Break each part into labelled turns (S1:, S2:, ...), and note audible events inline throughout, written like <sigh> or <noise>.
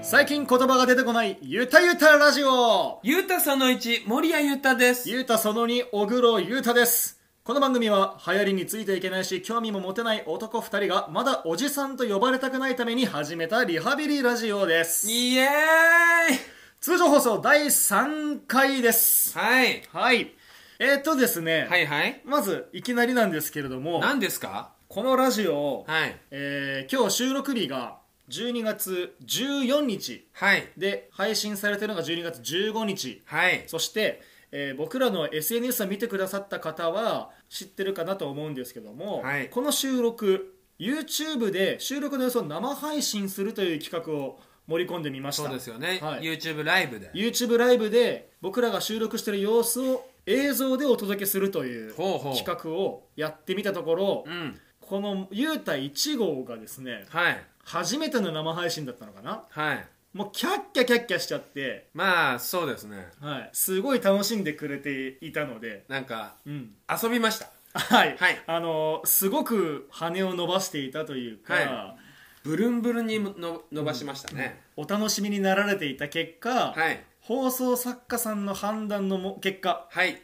S1: 最近言葉が出てこないゆたゆたラジオ
S2: ゆうたその1、森谷ゆうたです。
S1: ゆうたその2小黒ゆうたですこの番組は流行りについていけないし興味も持てない男2人がまだおじさんと呼ばれたくないために始めたリハビリラジオです
S2: イエーイ
S1: 通常放送第3回です
S2: はい。
S1: はいえー、っとですね、
S2: はいはい。
S1: まずいきなりなんですけれども
S2: 何ですか
S1: このラジオ、
S2: はい。
S1: えー今日収録日が12月14日
S2: はい。
S1: で配信されてるのが12月15日
S2: はい。
S1: そして、えー僕らの SNS を見てくださった方は知ってるかなと思うんですけども、
S2: はい
S1: この収録 YouTube で収録の様子を生配信するという企画を盛り込んでみました
S2: そうですよね。
S1: はい
S2: YouTube ライブで。
S1: YouTube ライブで僕らが収録してる様子を映像でお届けするという
S2: ほうほう
S1: 企画をやってみたところ
S2: うん。
S1: このゆうた1号がですね
S2: はい。
S1: 初めての生配信だったのかな
S2: はい。
S1: もうキャッキャキャッキャしちゃって、
S2: まあ、そうですね。
S1: はい、すごい楽しんでくれていたので、
S2: なんか、
S1: うん、
S2: 遊びました。
S1: はい、
S2: はい
S1: あのーすごく羽を伸ばしていたというか、
S2: はブルンブルンにの伸ばしましたね。
S1: お楽しみになられていた結果、
S2: はい。
S1: 放送作家さんの判断のも結果
S2: はい。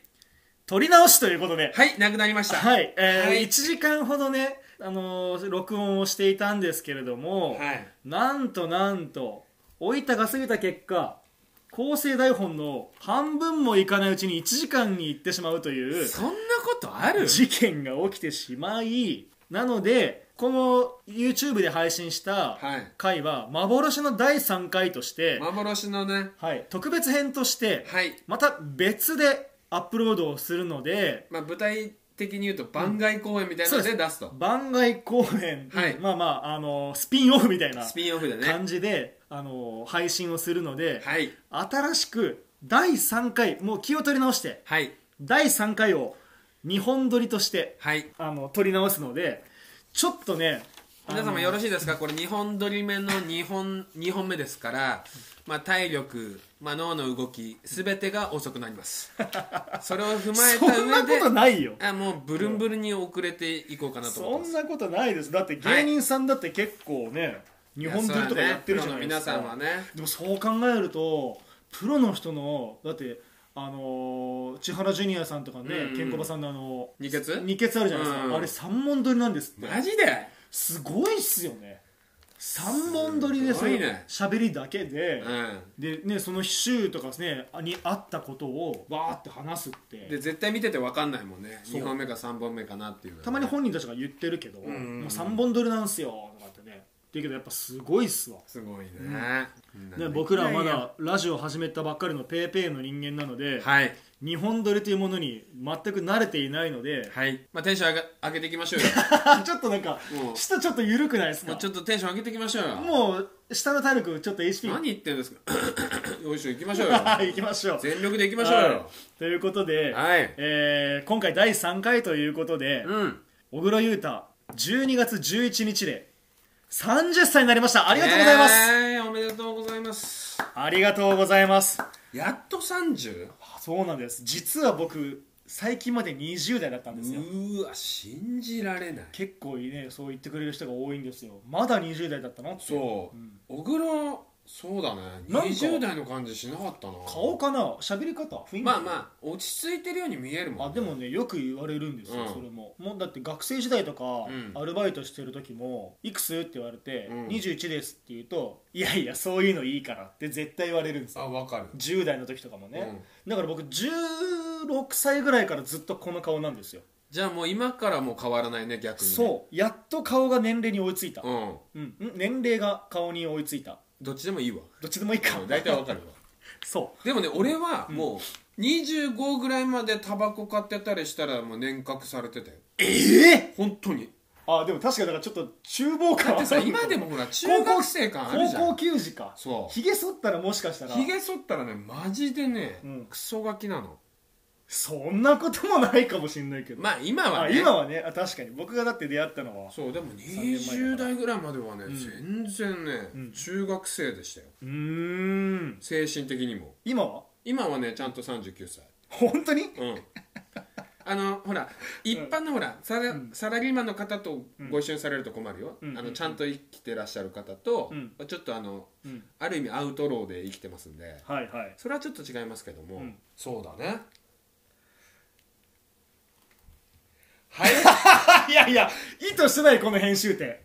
S1: 取り直しということで、
S2: はい、なくなりました。
S1: はいえー
S2: はい
S1: 1時間ほどね、あのー録音をしていたんですけれども、
S2: はい。
S1: なんとなんと置いたが過ぎた結果構成台本の半分もいかないうちに1時間に行ってしまうという
S2: そんなことあ <laughs> る
S1: 事件が起きてしまいなのでこの YouTube で配信した
S2: はい
S1: 回は幻の第3回として、
S2: 幻のね。
S1: はい、特別編として
S2: はい。
S1: また別でアップロードをするので
S2: まあ、舞台的に言うと番外公演みたいなの
S1: そ
S2: で出すと。
S1: 番外公演、
S2: はい
S1: まあまあ、あのスピンオフみたいな
S2: スピンオフでね。
S1: 感じで、あの配信をするので、
S2: はい。
S1: 新しく第3回もう気を取り直して
S2: はい。
S1: 第3回を2本撮りとして
S2: はい。
S1: あの撮り直すのでちょっとね
S2: 皆様
S1: あの
S2: よろしいですかこれ2本撮り目の2本 ,2 本目ですから、まあ、体力、まあ、脳の動き全てが遅くなります
S1: <laughs>
S2: それを踏まえ
S1: そ
S2: た
S1: んなこ
S2: 上で
S1: とないよ
S2: あもうブルンブルンに遅れていこうかなと思
S1: そ
S2: ってます
S1: んなことないですだって芸人さんだって結構ね、日本撮りとかやってるじゃないですか、
S2: いやそうだねプロの皆さんはね
S1: でもそう考えるとプロの人のだってあのー千原ジュニアさんとかね、
S2: うんうん
S1: ケンコバさんのあの
S2: 二血
S1: 二血あるじゃないですか、
S2: うん
S1: あれ3本撮りなんですって
S2: マジです
S1: ごいっすよね3本撮りです
S2: ごいね
S1: 喋りだけで、
S2: う
S1: でねその週とかですねにあったことをわーって話すって
S2: んで絶対見てて分かんないもんね
S1: そう
S2: 2本目か3本目かなっていうのはね
S1: たまに本人たちが言ってるけど、
S2: んうんうん
S1: もう3本撮りなんすよとかってねって言うけどやっぱすごいっすわ
S2: すごいね、
S1: で僕らはま
S2: いやいや
S1: だラジオ始めたばっかりのペーペーの人間なので、
S2: はい
S1: 日本撮りというものに全く慣れていないので、
S2: はい、まあ、テンション上げ上げていきましょうよ
S1: ちょっとなんか
S2: もう
S1: 下ちょっと緩くないです
S2: も
S1: か
S2: うちょっとテンション上げていきましょうよ
S1: もう下の体力ちょっと HP
S2: 何言ってるんです <laughs> かよいしょ行きまし <laughs> ょうよ
S1: はい行きましょう
S2: 全力で行きましょうよ
S1: ということで、
S2: はい
S1: えー今回第3回ということで
S2: うん
S1: 小黒優太12月11日で30歳になりましたありがとうございます、
S2: えーおめでとうございます
S1: ありがとうございます
S2: やっと 30?
S1: そうなんです実は僕最近まで20代だったん
S2: う
S1: ですよ
S2: ーわ信じられない
S1: 結構ねそう言ってくれる人が多いんですよまだ20代だったなって
S2: そう小黒そうだね
S1: なんか
S2: 20代の感じしなかったな
S1: 顔かな喋り方雰囲気
S2: まあまあ落ち着いてるように見えるもん、
S1: あでもねよく言われるんですよ、
S2: うん
S1: それももうだって学生時代とか、
S2: うん
S1: アルバイトしてる時も「いくつ?」って言われて「
S2: うん
S1: 21です」って言うと「いやいやそういうのいいから」って絶対言われるんです
S2: あ
S1: よ
S2: わかる
S1: 10代の時とかもね、だから僕16歳ぐらいからずっとこの顔なんですよ、
S2: じゃあもう今からもう変わらないね逆にね
S1: そうやっと顔が年齢に追いついた、
S2: うん
S1: うん、ん年齢が顔に追いついた
S2: どっちでもいいわ
S1: どっちでもいいか
S2: うん大体わかるわ
S1: そう
S2: でもね俺はもう25ぐらいまでタバコ買ってたりしたらもう年覚されてたよ
S1: ええ
S2: 本当に
S1: あでも確かにだからちょっと厨房感 <laughs>
S2: だってさ今で
S1: も
S2: もほら中学生感あるじゃ
S1: 高校
S2: ん
S1: 球児か
S2: そう
S1: ひげ剃ったらもしかしたら
S2: ひげ剃ったらねマジでね、
S1: うん
S2: クソガキなの
S1: そんなこともないかもしれないけど、
S2: まあ今は
S1: あ
S2: ね
S1: 今はねあ確かに僕がだって出会ったのは
S2: そうでも
S1: 年前だ
S2: 20
S1: から
S2: 代ぐらいまではね、
S1: ん
S2: 全然ね、
S1: うん
S2: 中学生でしたよ
S1: うーん
S2: 精神的にも
S1: 今は
S2: 今はねちゃんと39歳
S1: 本当に
S2: うんあのほら一般のほらサラ,、サラリーマンの方とご一緒にされると困るよ、
S1: うん
S2: あのちゃんと生きてらっしゃる方と、
S1: うん
S2: ちょっとあの
S1: うん
S2: ある意味アウトローで生きてますんで
S1: はいはい
S2: それはちょっと違いますけども、
S1: ん
S2: そうだね <laughs> <laughs> はい
S1: あいやいや意図してないこの編集点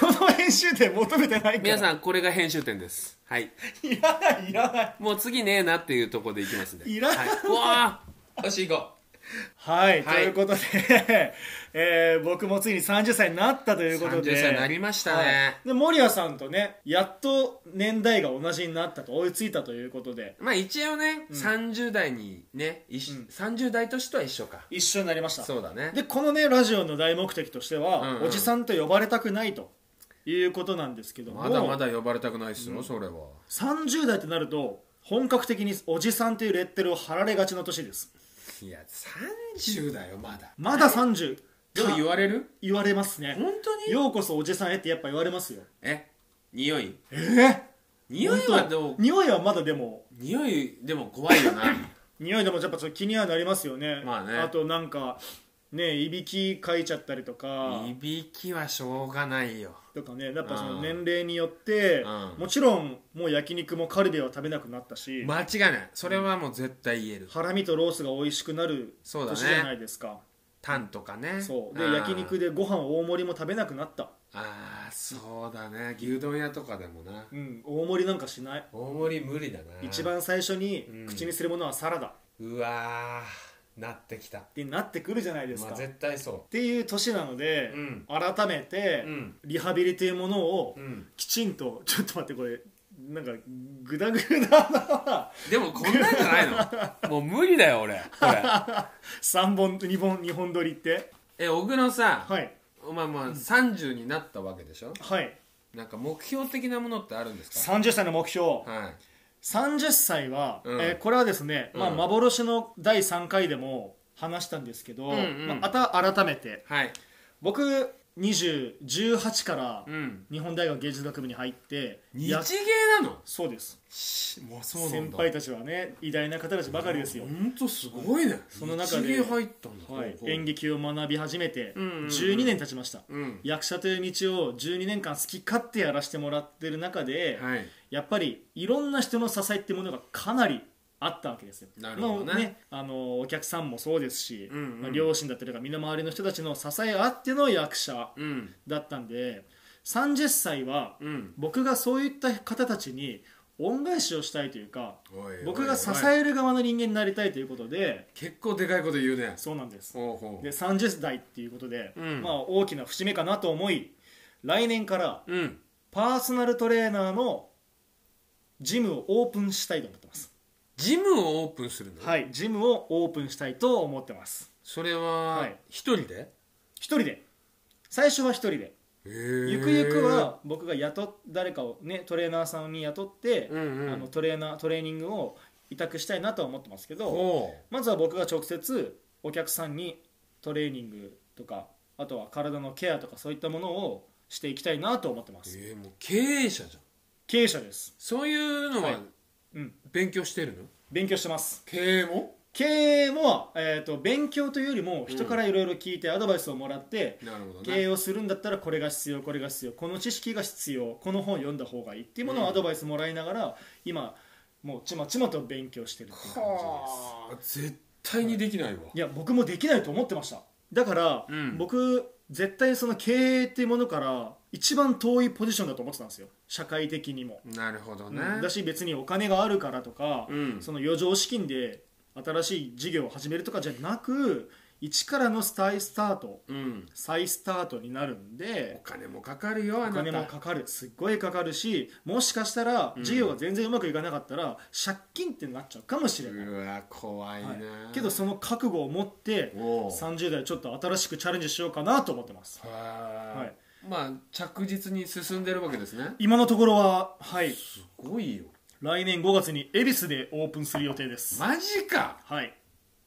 S1: この編集点求めてないから
S2: 皆さんこれが編集点ですはい
S1: んいらないいらない
S2: もう次ねえなっていうところでいきますんで
S1: いらない
S2: はいうわーよし行こ
S1: はい、
S2: は
S1: と
S2: い
S1: いうことで、 <laughs> えー僕もついに30歳になったということで
S2: 30歳になりましたね
S1: いで守屋さんとねやっと年代が同じになったと追いついたということで
S2: うまあ一応ね、30代にね、一緒30代としては一緒か
S1: 一緒になりました
S2: そうだね
S1: でこのねラジオの大目的としては、
S2: うんうん
S1: おじさんと呼ばれたくないということなんですけども
S2: まだまだ呼ばれたくないっすよ、それは
S1: 30代ってなると本格的におじさんというレッテルを貼られがちの年です
S2: いや30だよまだ
S1: まだ30
S2: でも言われる
S1: 言われますね
S2: 本当に
S1: ようこそおじさんへってやっぱ言われますよ
S2: え匂い
S1: ええ
S2: 匂いはどう
S1: 匂いはまだでも
S2: 匂いでも怖いよな
S1: 匂いでもやっぱちょっと気にはなりますよね,、
S2: まあね
S1: となんかねいびきかいちゃったりとか
S2: いびきはしょうがないよ
S1: とかねやっぱその
S2: うん
S1: 年齢によって、
S2: うん
S1: もちろんもう焼肉もカルビは食べなくなったし、
S2: 間違いないそれはもう絶対言える
S1: ハラミとロースが美味しくなる
S2: そうだね
S1: 年じゃないですか
S2: タンとかね
S1: そうで
S2: あー
S1: 焼肉でご飯大盛りも食べなくなった、
S2: ああそうだね牛丼屋とかでもな
S1: うん、大盛りなんかしない
S2: 大盛り無理だな
S1: 一番最初に
S2: うん
S1: 口にするものはサラダっ
S2: うわーなってきた
S1: てなってくるじゃないです
S2: ま
S1: か、
S2: あ
S1: っ
S2: 絶対そ
S1: ていう年なので、
S2: うん
S1: 改めて、
S2: ううん
S1: リハビリというものを
S2: うん
S1: きちんとちょっと待ってこれなんかグダグダな
S2: でもこんなんじゃ
S1: <laughs>
S2: ないのもう無理だよ俺これ
S1: 3本2本2本撮りって
S2: <laughs> え小倉さ、
S1: はい
S2: お前まあ30になったわけでしょ
S1: はい
S2: なんか目標的なものってあるんです
S1: 30歳の目標
S2: かはい
S1: 30歳は、
S2: うん
S1: えーこれはですね、まあ、
S2: うん
S1: 幻の第3回でも話したんですけど、
S2: うんうん
S1: まあ、また改めて
S2: はい
S1: 僕2018から
S2: うん
S1: 日本大学芸術学部に入って、
S2: 日芸
S1: や
S2: なの
S1: そうです
S2: しもうそうなんだ
S1: 先輩たちはね偉大な方たちばかりですよ
S2: ほ、んとすごいね
S1: その中で
S2: 日芸入ったんだ、
S1: はい
S2: ほう、ほう
S1: 演劇を学び始めて
S2: うんうんうん
S1: 12年経ちました、
S2: うん
S1: 役者という道を12年間好き勝手やらせてもらってる中で、
S2: はい
S1: やっぱりいろんな人の支えってものがかなりあったわけですよ。
S2: なるほどね
S1: まああのお客さんもそうですし、
S2: うんうん
S1: まあ、両親だったりとか身の回りの人たちの支えあっての役者
S2: うん
S1: だったんで30歳は
S2: うん
S1: 僕がそういった方たちに恩返しをしたいというか
S2: おいおいおい
S1: 僕が支える側の人間になりたいということで
S2: 結構でかいこと言うね
S1: そうなんです。
S2: ほうほう
S1: で30代っていうことで、
S2: うん
S1: まあ、大きな節目かなと思い来年から
S2: うん
S1: パーソナルトレーナーのジムをオープンしたいと思ってます
S2: ジムをオープンするの、
S1: はいジムをオープンしたいと思ってます
S2: それ
S1: は
S2: はい一人で、
S1: 一人で最初は一人でゆ
S2: ゆ
S1: くゆくは僕が雇っ誰かをねトレーナーさんに雇って、
S2: うんうん
S1: あのトレーナートレーニングを委託したいなとは思ってますけど
S2: おう
S1: まずは僕が直接お客さんにトレーニングとかあとは体のケアとかそういったものをしていきたいなと思ってます
S2: えー、もう経営者じゃん
S1: 経営者です
S2: そういうの
S1: はい
S2: は
S1: うん
S2: 勉強してるの、
S1: 勉強してます
S2: 経営も
S1: 経営も、えー、と勉強というよりも人からいろいろ聞いてアドバイスをもらって、
S2: なるほど
S1: 経営
S2: ね
S1: をするんだったらこれが必要これが必要この知識が必要この本を読んだ方がいいっていうものをアドバイスもらいながら、今もうちまちまと勉強してるっていう感じです
S2: はあ絶対にできないわ、
S1: いや僕もできないと思ってましただから、
S2: うん
S1: 僕絶対その経営っていうものから一番遠いポジションだと思ってたんですよ社会的にも、
S2: なるほどね、
S1: だし別にお金があるからとか、
S2: うん
S1: その余剰資金で新しい事業を始めるとかじゃなく一からのスタイスタート
S2: うん、
S1: 再スタートになるん
S2: お
S1: で
S2: 金もかかるよ
S1: お
S2: あな
S1: 金も
S2: た
S1: かかるすっごいかかるしもしかしたら事業が全然うまくいかなかったら、借金ってなっちゃうかもしれない、
S2: うわ怖いな、
S1: はいけどその覚悟を持って
S2: おう
S1: 30代ちょっと新しくチャレンジしようかなと思ってます
S2: は
S1: は
S2: はいまあ着実に進んでるわけですね
S1: 今のところははい
S2: すごいよ
S1: 来年5月に恵比寿でオープンする予定です、
S2: マジか
S1: はい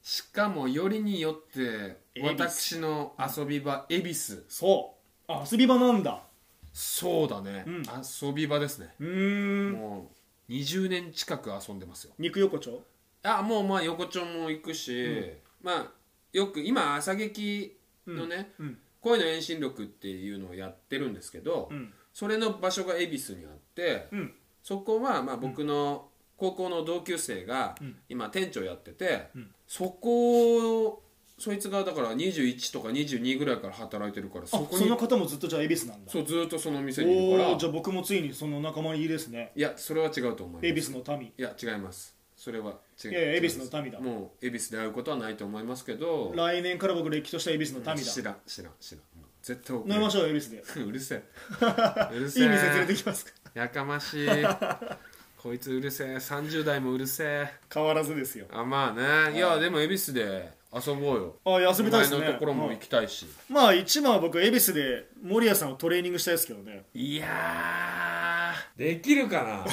S2: しかもよりによって
S1: 恵比寿
S2: 私の遊び場恵比寿
S1: そうあ遊び場なんだ
S2: そうだね、
S1: うん
S2: 遊び場ですね、
S1: うーん
S2: もう20年近く遊んでますよ
S1: 肉横丁
S2: あもうまあ横丁も行くし、まあよく今朝劇のね、
S1: うん
S2: 声の遠心力っていうのをやってるんですけど、
S1: うん
S2: それの場所が恵比寿にあって、
S1: うん
S2: そこはまあ僕の高校の同級生が今店長やってて、
S1: ん
S2: そこをそいつがだから21とか22ぐらいから働いてるからそ
S1: あ
S2: こ
S1: そ
S2: に
S1: の方もずっとじゃあ恵比寿なんだ
S2: そうずっとその店にいるか
S1: おお
S2: ら
S1: じゃあ僕もついにその仲間入りですね
S2: いやそれは違うと思い
S1: 恵
S2: ま
S1: 比
S2: す
S1: 寿の民
S2: いや違いますそれは違う
S1: いやいや恵
S2: 違
S1: 比
S2: ます
S1: 寿の民だ
S2: もう恵比寿で会うことはないと思いますけど
S1: 来年から僕れっきとした恵比寿の民だ
S2: 知らん知らん知らんもう絶対怒
S1: 飲みましょう恵比寿でいいう
S2: うるせ
S1: <laughs>
S2: えうるせえ
S1: 店連れてきますか
S2: やかましいこいつうるせえ30代もうるせえ
S1: 変わらずですよ
S2: あまあねいやでも恵比寿で遊ぼうよ
S1: あ休みたいですね
S2: お前のところも行きたいし、
S1: まあ一番は僕恵比寿で守谷さんをトレーニングしたいですけどね
S2: い、やーできるか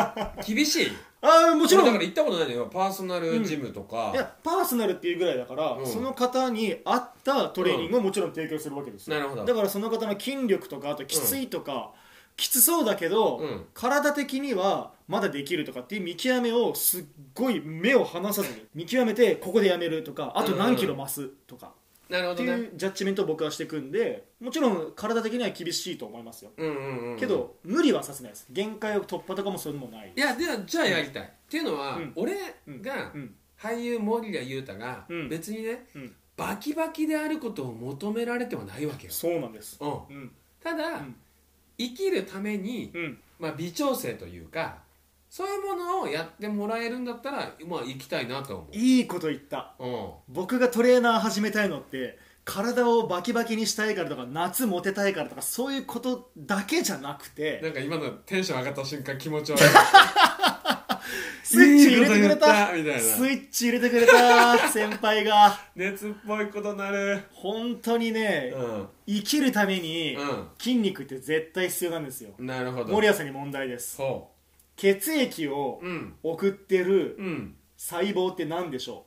S1: <laughs>
S2: な厳しい
S1: ああもちろん
S2: 俺だから行ったことないのよパーソナルジムとか
S1: い、やパーソナルっていうぐらいだから、
S2: うん
S1: その方に合ったトレーニングをもちろん提供するわけですよ、
S2: なるほど
S1: だからその方の筋力とかあときついとか、きつそうだけど、
S2: うん
S1: 体的にはまだできるとかっていう見極めをすっごい目を離さずに見極めてここでやめるとかあと何キロ増すとか
S2: なるほ
S1: って
S2: ど
S1: い
S2: ね
S1: うジャッジメントを僕はしていくんでもちろん体的には厳しいと思いますよ、
S2: うんうんうん
S1: けど無理はさせないです限界を突破とかもそういうのもない
S2: いやではじゃあやりたい、っていうのは、
S1: うん
S2: 俺
S1: うん
S2: が
S1: うん
S2: 俳優森谷裕太が
S1: うん
S2: 別にね、
S1: うん
S2: バキバキであることを求められてはないわけよ、
S1: そうなんです
S2: うん、
S1: うん
S2: ただ、
S1: ん
S2: 生きるために、
S1: うん
S2: まあ、微調整というかそういうものをやってもらえるんだったらまあ行きたいなと思
S1: いいこと言った
S2: う、うん、
S1: 僕がトレーナー始めたいのって体をバキバキにしたいからとか夏モテたいからとかそういうことだけじゃなくて
S2: なんか今のテンション上がった瞬間気
S1: <laughs>
S2: 持ち悪い
S1: スイッチ入れてくれた
S2: いいこと言ったみたいな
S1: スイッチ入れてくれた
S2: <laughs>
S1: 先輩が
S2: 熱っぽいことなる
S1: 本当にね、
S2: う
S1: 生きるために
S2: うん
S1: 筋肉って絶対必要なんですよ、
S2: んなるほど
S1: 森谷さんに問題です
S2: そ
S1: 血液を
S2: ううん
S1: 送ってる
S2: うん
S1: 細胞って何でしょ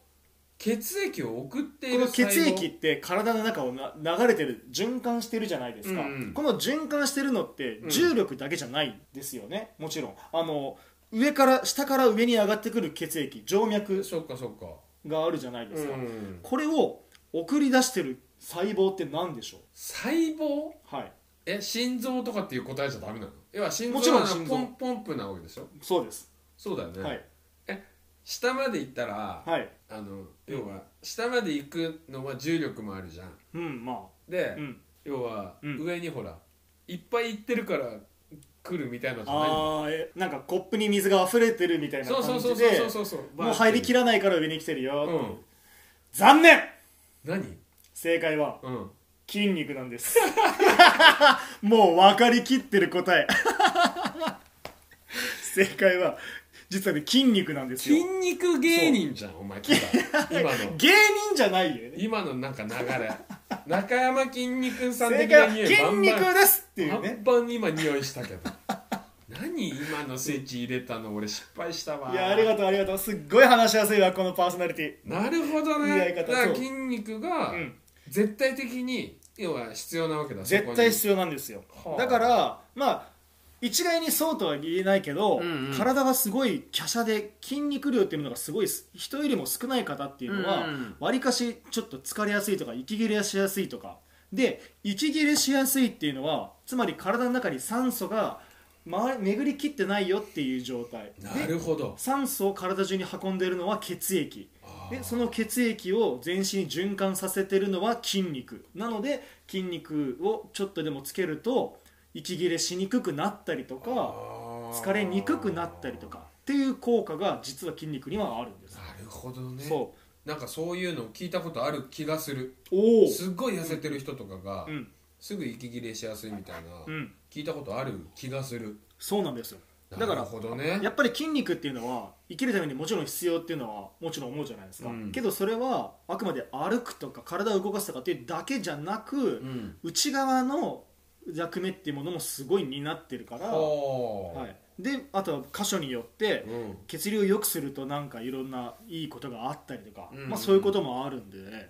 S2: 血液を送っ
S1: う
S2: てい
S1: こ
S2: る
S1: の
S2: 細胞
S1: 血液って体の中をな流れてる循環してるじゃないですか、
S2: うんうん
S1: この循環してるのって
S2: うん
S1: 重力だけじゃないんですよね、もちろんあの上から下から上に上がってくる血液静脈
S2: そっかそっか
S1: があるじゃないですか、
S2: うん
S1: これを送り出してる細胞って何でしょう
S2: 細胞
S1: はい
S2: え心臓とかっていう答えじゃダメなの要は心臓
S1: もちろん
S2: は
S1: 心臓
S2: ポンポンプなわけでしょ
S1: そうです、
S2: そうだよね、
S1: はい
S2: 下まで行ったら、
S1: はい
S2: あの要は下まで行くのは重力もあるじゃん
S1: うんま
S2: で
S1: あ、うん
S2: 要は
S1: うん
S2: 上にほらいっぱい行ってるから来るみたいなのじゃないの
S1: あーえなんかコップに水が溢れてるみたいな
S2: そうそ
S1: 感
S2: うそう
S1: じ
S2: そう
S1: で
S2: そうそうそう
S1: もう入りき
S2: ら
S1: らないから上に来てるよ、
S2: うん
S1: 残念
S2: 何
S1: 正解は
S2: うん
S1: 筋肉なんです <laughs> もう分かりきってる答え <laughs> 正解は実はね筋肉なんですよ
S2: 筋肉芸人じゃんお前ただ今の
S1: 芸人じゃないよね
S2: 今のなんか流れ中山筋肉さん
S1: 正
S2: 的
S1: 解
S2: な
S1: は
S2: 匂い
S1: 筋肉
S2: バン
S1: ですってい
S2: バ
S1: う
S2: ンバ
S1: ね
S2: ンバン今匂いしたけど何今のスイッチ入れたの俺失敗したわ
S1: いやありがとうありがとうすっごい話しやすいわこのパーソナリテ
S2: なるほど
S1: いいやり
S2: ねだ
S1: 方
S2: から
S1: そう
S2: 筋肉が
S1: ィうん
S2: 絶対的に要は必要なわけだ
S1: 絶対必要なんですよ
S2: はあ
S1: だからまあ一概にそうとは言えないけど、
S2: うんうん
S1: 体がすごい華奢で筋肉量っていうのがすごいす人よりも少ない方っていうのは
S2: うんうん
S1: わり、かしちょっと疲れやすいとか息切れしやすいとかで息切れしやすいっていうのはつまり体の中に酸素が、ま、巡りきってないよっていう状態で
S2: なるほど
S1: 酸素を体中に運んでるのは血液でその血液を全身に循環させてるのは筋肉なので筋肉をちょっとでもつけると息切れしにくくなったりとか疲れにくくなったりとかっていう効果が実は筋肉にはあるんです、
S2: なるほどね
S1: そ
S2: なんかそういうのを聞いたことある気がする
S1: うおお
S2: すっごい痩せてる人とかが、
S1: うん
S2: すぐ息切れしやすいみたいな、
S1: うん
S2: 聞いたことある気がする
S1: そうなんですよだか
S2: なる
S1: ら
S2: ほどね
S1: やっぱり筋肉っていうのは生きるためにもちろん必要っていうのはもちろん思うじゃないですか、
S2: うん
S1: けどそれはあくまで歩くとか体を動かすとかっていうだけじゃなく、
S2: うん
S1: 内側の役目っていうものもすごい担ってるから、は
S2: ほう、
S1: い、であとは箇所によって
S2: うん、
S1: 血流を良くするとなんかいろんないいことがあったりとか、
S2: うん
S1: まあ、そういうこともあるんで、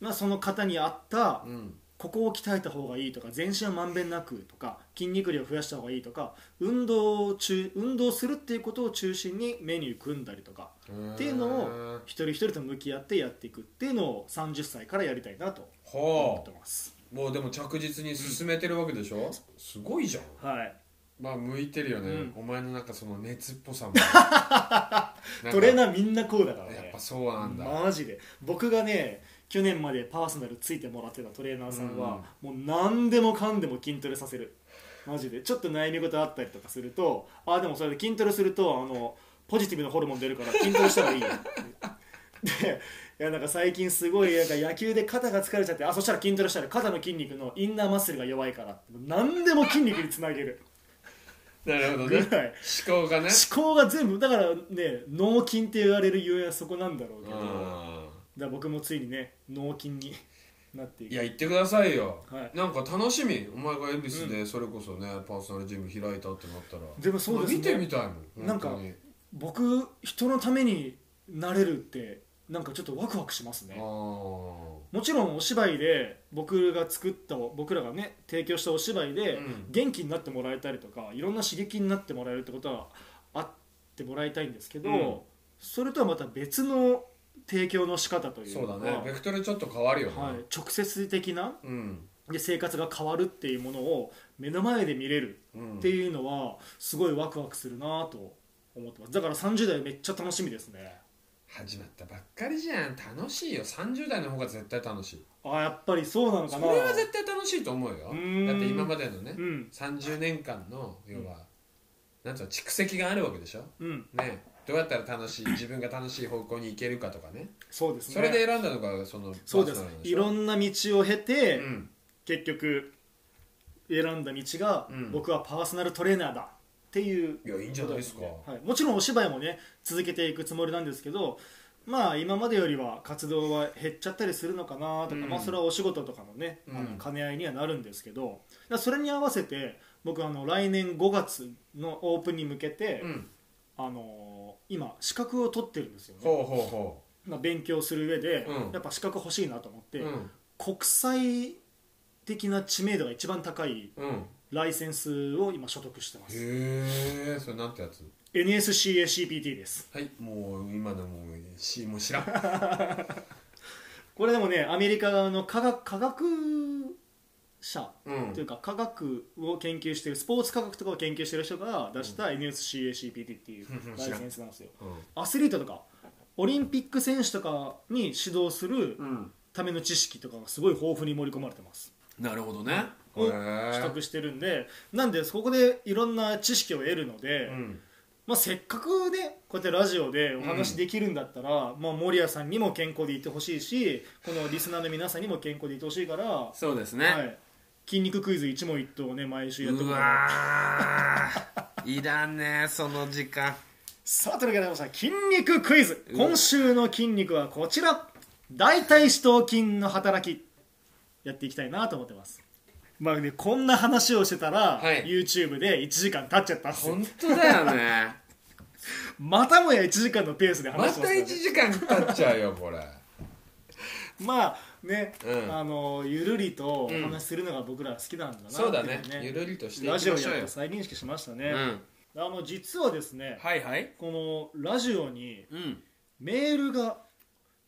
S1: まあ、その方に合った
S2: うん、
S1: ここを鍛えた方がいいとか全身はまんべんなくとか筋肉量を増やした方がいいとか運動を中運動するっていうことを中心にメニュー組んだりとかっていうのを一人一人と向き合ってやっていくっていうのを30歳からやりたいなと思
S2: は
S1: ってます。
S2: あもうでも着実に進めてるわけでしょ、すごいじゃん
S1: はい、
S2: まあ向いてるよね、
S1: うん
S2: お前のなんかその熱っぽさも
S1: <laughs> トレー
S2: ー
S1: ナーみんなこうだから
S2: やっ
S1: ね
S2: ぱそうなんだ、
S1: マジで僕がね去年までパーソナルついてもらってたトレーナーさんは、もう何でもかんでも筋トレさせるマジでちょっと悩み事あったりとかするとああでもそれで筋トレするとあのポジティブなホルモン出るから筋トレした方がいいよでいやなんか最近すごいなんか野球で肩が疲れちゃってあそしたら筋トレしたら肩の筋肉のインナーマッスルが弱いから何でも筋肉につなげる
S2: なるほど
S1: ぐ
S2: ね
S1: らい
S2: 思考がね
S1: 思考が全部だからね脳筋って言われるゆえはそこなんだろうけど、
S2: うん
S1: だから僕もついにね脳筋になってい
S2: い
S1: く
S2: や言ってくださいよ、
S1: はい
S2: なんか楽しみお前が恵比寿でそれこそね、パーソナルジム開いたってなったら
S1: でもそうですね
S2: 見てみたいもん
S1: なんか
S2: 本当に
S1: 僕人のためになれるってなんかちょっとワクワクします
S2: あ
S1: ね
S2: ー
S1: もちろんお芝居で僕が作った僕らがね提供したお芝居で
S2: うん
S1: 元気になってもらえたりとかいろんな刺激になってもらえるってことはあってもらいたいんですけど、
S2: うん
S1: それとはまた別の提供の仕方という
S2: そうだ
S1: か
S2: ねベクトルちょっと変わるよね、
S1: はい、直接的な
S2: うん
S1: で生活が変わるっていうものを目の前で見れる
S2: うん
S1: っていうのはすごいワクワクするなと思ってますだから30代めっちゃ楽しみですね
S2: 始まったばっかりじゃん楽しいよ30代の方が絶対楽しい
S1: あやっぱりそうなのか
S2: そ
S1: な
S2: れは絶対楽しいと思うよ
S1: うーん
S2: だって今までのね
S1: うん
S2: 30年間の要は、なんつうの蓄積があるわけでしょ
S1: うん
S2: ねどうやったら楽 <clears throat> しい自分が楽しい方向に行けるかとかね
S1: そうですね
S2: それで選んだのがその
S1: そうです
S2: パーソナルで
S1: い
S2: しょ
S1: ろんな道を経て、
S2: うん
S1: 結局選んだ道が、
S2: うん
S1: 僕はパーソナルトレーナーだっていう
S2: いやいいんじゃないですか
S1: はい、もちろんお芝居もね続けていくつもりなんですけどまあ今までよりは活動は減っちゃったりするのかなとか、
S2: うん
S1: まあ、それはお仕事とかのね、あ
S2: うん
S1: の兼ね合いにはなるんですけどだからそれに合わせて僕あの来年5月のオープンに向けて、
S2: うん
S1: あのー今資格を取ってるんですよね、
S2: ほうほうほ
S1: まあ、勉強する上で、
S2: うん
S1: やっぱ資格欲しいなと思っ
S2: う
S1: て、
S2: うん
S1: 国際的な知名度が一番高い
S2: うん
S1: ライセンスを今所得してま
S2: へ
S1: す
S2: えそれなんてやつ
S1: NSCACPT です
S2: はいもう今のもうしもう知らん
S1: これでもねアメリカの科学科学者
S2: うん
S1: というか科学を研究してるスポーツ科学とかを研究してる人が出した NSCACPT っていう
S2: うん
S1: ライセンスなんですよ
S2: うん
S1: アスリートとかオリンピック選手とかに指導する
S2: うん
S1: ための知識とかがすごい豊富に盛り込まれてます
S3: なるほどね
S1: を取
S2: へえ
S1: 得してるんでなんでここでいろんな知識を得るので、
S2: うん
S1: まあ、せっかくねこうやってラジオでお話できるんだったら、まあ、森谷さんにも健康でいてほしいしこのリスナーの皆さんにも健康でいてほしいから、は
S3: そうですね、
S1: い、筋肉クイズ一問一答をね毎週やって
S3: う
S1: もらう
S3: わーいらんねその時間
S1: さあというわけでございました筋肉クイズ
S3: うわ
S1: 今週の筋肉はこちら大腿四頭筋の働きやっていきたいなと思ってますまあねこんな話をしてたら、
S2: はい
S1: YouTube で1時間経っちゃったんですよ
S3: 本当だよ
S1: <laughs>
S3: ね
S1: またもや1時間のペースで
S2: ま
S1: 話してます
S2: た
S1: からね
S2: 1時間経っちゃうよ
S1: <laughs>
S2: これ
S1: まあね、
S2: うん
S1: あのゆるりとお
S2: うん
S1: 話しするのが僕ら好きなんだなってい
S2: そう
S1: の
S2: だ
S1: を
S2: ねゆるりとしていき
S1: ラ
S2: ま
S1: ジ
S2: し
S1: オ
S2: ょ
S1: や
S2: う
S1: っ
S2: よ
S1: と再認識しました
S3: う
S1: ね、
S3: ん
S1: あの実はですね、
S3: はいはい
S1: このラジオに
S3: うん
S1: メールが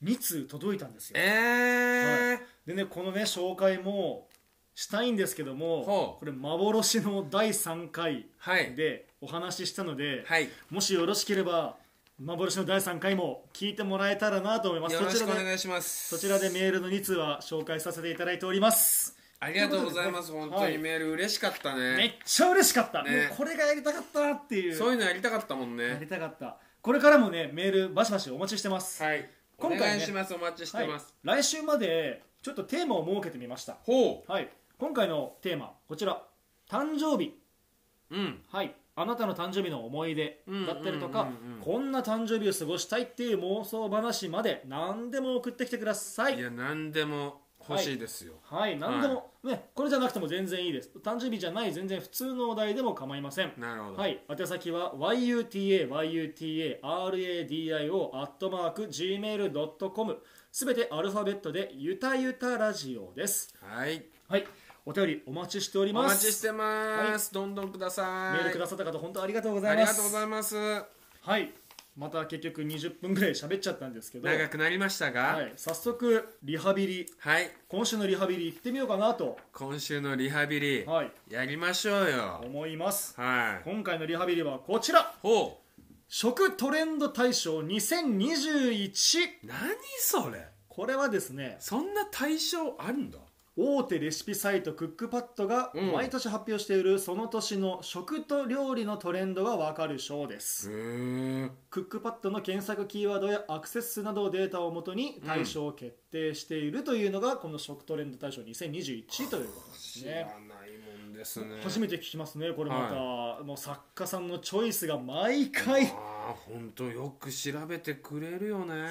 S1: 2通届いたんですよ
S3: えー
S1: はでねこのね紹介もしたいんですけども
S3: ほう
S1: これ幻の第3回
S3: はい
S1: でお話ししたので、
S3: はい、
S1: もしよろしければ幻の第3回も聞いてもらえたらなと思います
S3: よろし
S1: そ
S3: く
S1: ち
S3: お
S1: らで
S3: 願いします
S1: そちらでメールの2通は紹介させていただいております
S3: ありがとうございます
S1: というこ
S3: 本
S1: とで
S3: 当に
S1: はい
S3: メール嬉しかったね、
S1: めっちゃ嬉しかった、
S3: ね
S1: もうこれがやりたかったなっていう
S3: そういうのやりたかったもん
S1: や
S3: ね
S1: りたかったこれからもねメールバシバシお待ちしてます、
S3: はい
S1: 今回ね
S3: お願いしますお待ちしてます、
S1: はい来週までちょっとテーマを設けてみました
S3: ほ
S1: はい今回のテーマこちら誕生日
S3: ううん
S1: はいあなたの誕生日の思い出だったりとか、
S3: うんうんうんうん
S1: こんな誕生日を過ごしたいっていう妄想話まで何でも送ってきてください
S3: いや何でも欲しいですよ、
S1: はい何でも、ねこれじゃなくても全然いいです誕生日じゃない全然普通のお題でも構いません
S3: なるほど、
S1: はい、宛先は yutayutaradio.gmail.com すべてアルファベットでゆたゆたラジオです
S3: はい
S1: はいお便りお待ちしており
S3: お
S1: ます
S3: 待ちしてます、どんどんください
S1: メールくださった方本当ありがとうござ
S3: あ
S1: い
S3: り
S1: ま
S3: がとうご
S1: す
S3: ざいます
S1: はいまた結局20分ぐらい喋っちゃったんですけど、は
S3: 長くなりましたがはい、
S1: い、早速リハビリ今週のリハビリ行ってみようかなと、
S3: 今週のリハビリ、
S1: はい、
S3: やりましょうよ
S1: 思います
S3: はい
S1: 今回のリハビリはこちら
S3: ほ
S1: 食トレンド大賞2021
S3: う何それ
S1: これはですね
S3: そんな対象あるんだ
S1: 大手レシピサイトクックパッドが
S3: うん
S1: 毎年発表しているその年の食と料理のトレンドがわかる賞です、
S3: へえ
S1: クックパッドの検索キーワードやアクセス数などをデータをもとに対象を決定しているというのがこの食トレンド大賞2021ということです
S3: 知
S1: ね
S3: らないもんですね
S1: 初めて聞きますねこれまた、もう作家さんのチョイスが毎回す
S3: ああ本当よく調べてくれるよ
S1: ごい
S3: ね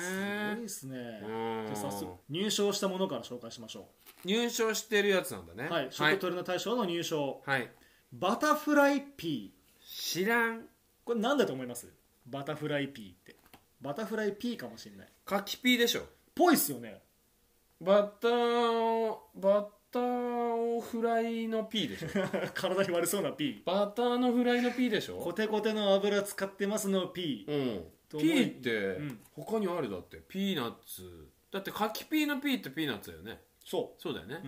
S1: ですね
S3: うん
S1: じゃあ早速入賞したものから紹介しましょ
S3: 入賞してるやつなんだね
S1: うはい食トレンド大賞の入賞、
S3: はい
S1: バタフライピー
S3: 知らん
S1: これなんだと思いますバタフライピーってバタフライピーかもしれない
S3: カキピーでしょ
S1: ぽいっすよね <laughs>
S3: バターをバターをフライのピーでしょ
S1: 体に悪そうなピー
S3: <laughs> バターのフライのピーでし
S1: コ
S3: ょ
S1: テコテの油使ってますのピー
S3: うん
S1: と
S3: ピ
S1: 思い
S3: ーって
S1: うん
S3: 他にあるだってピーナッツだってカキピーのピーってピーナッツだよね
S1: そ
S3: そうだよね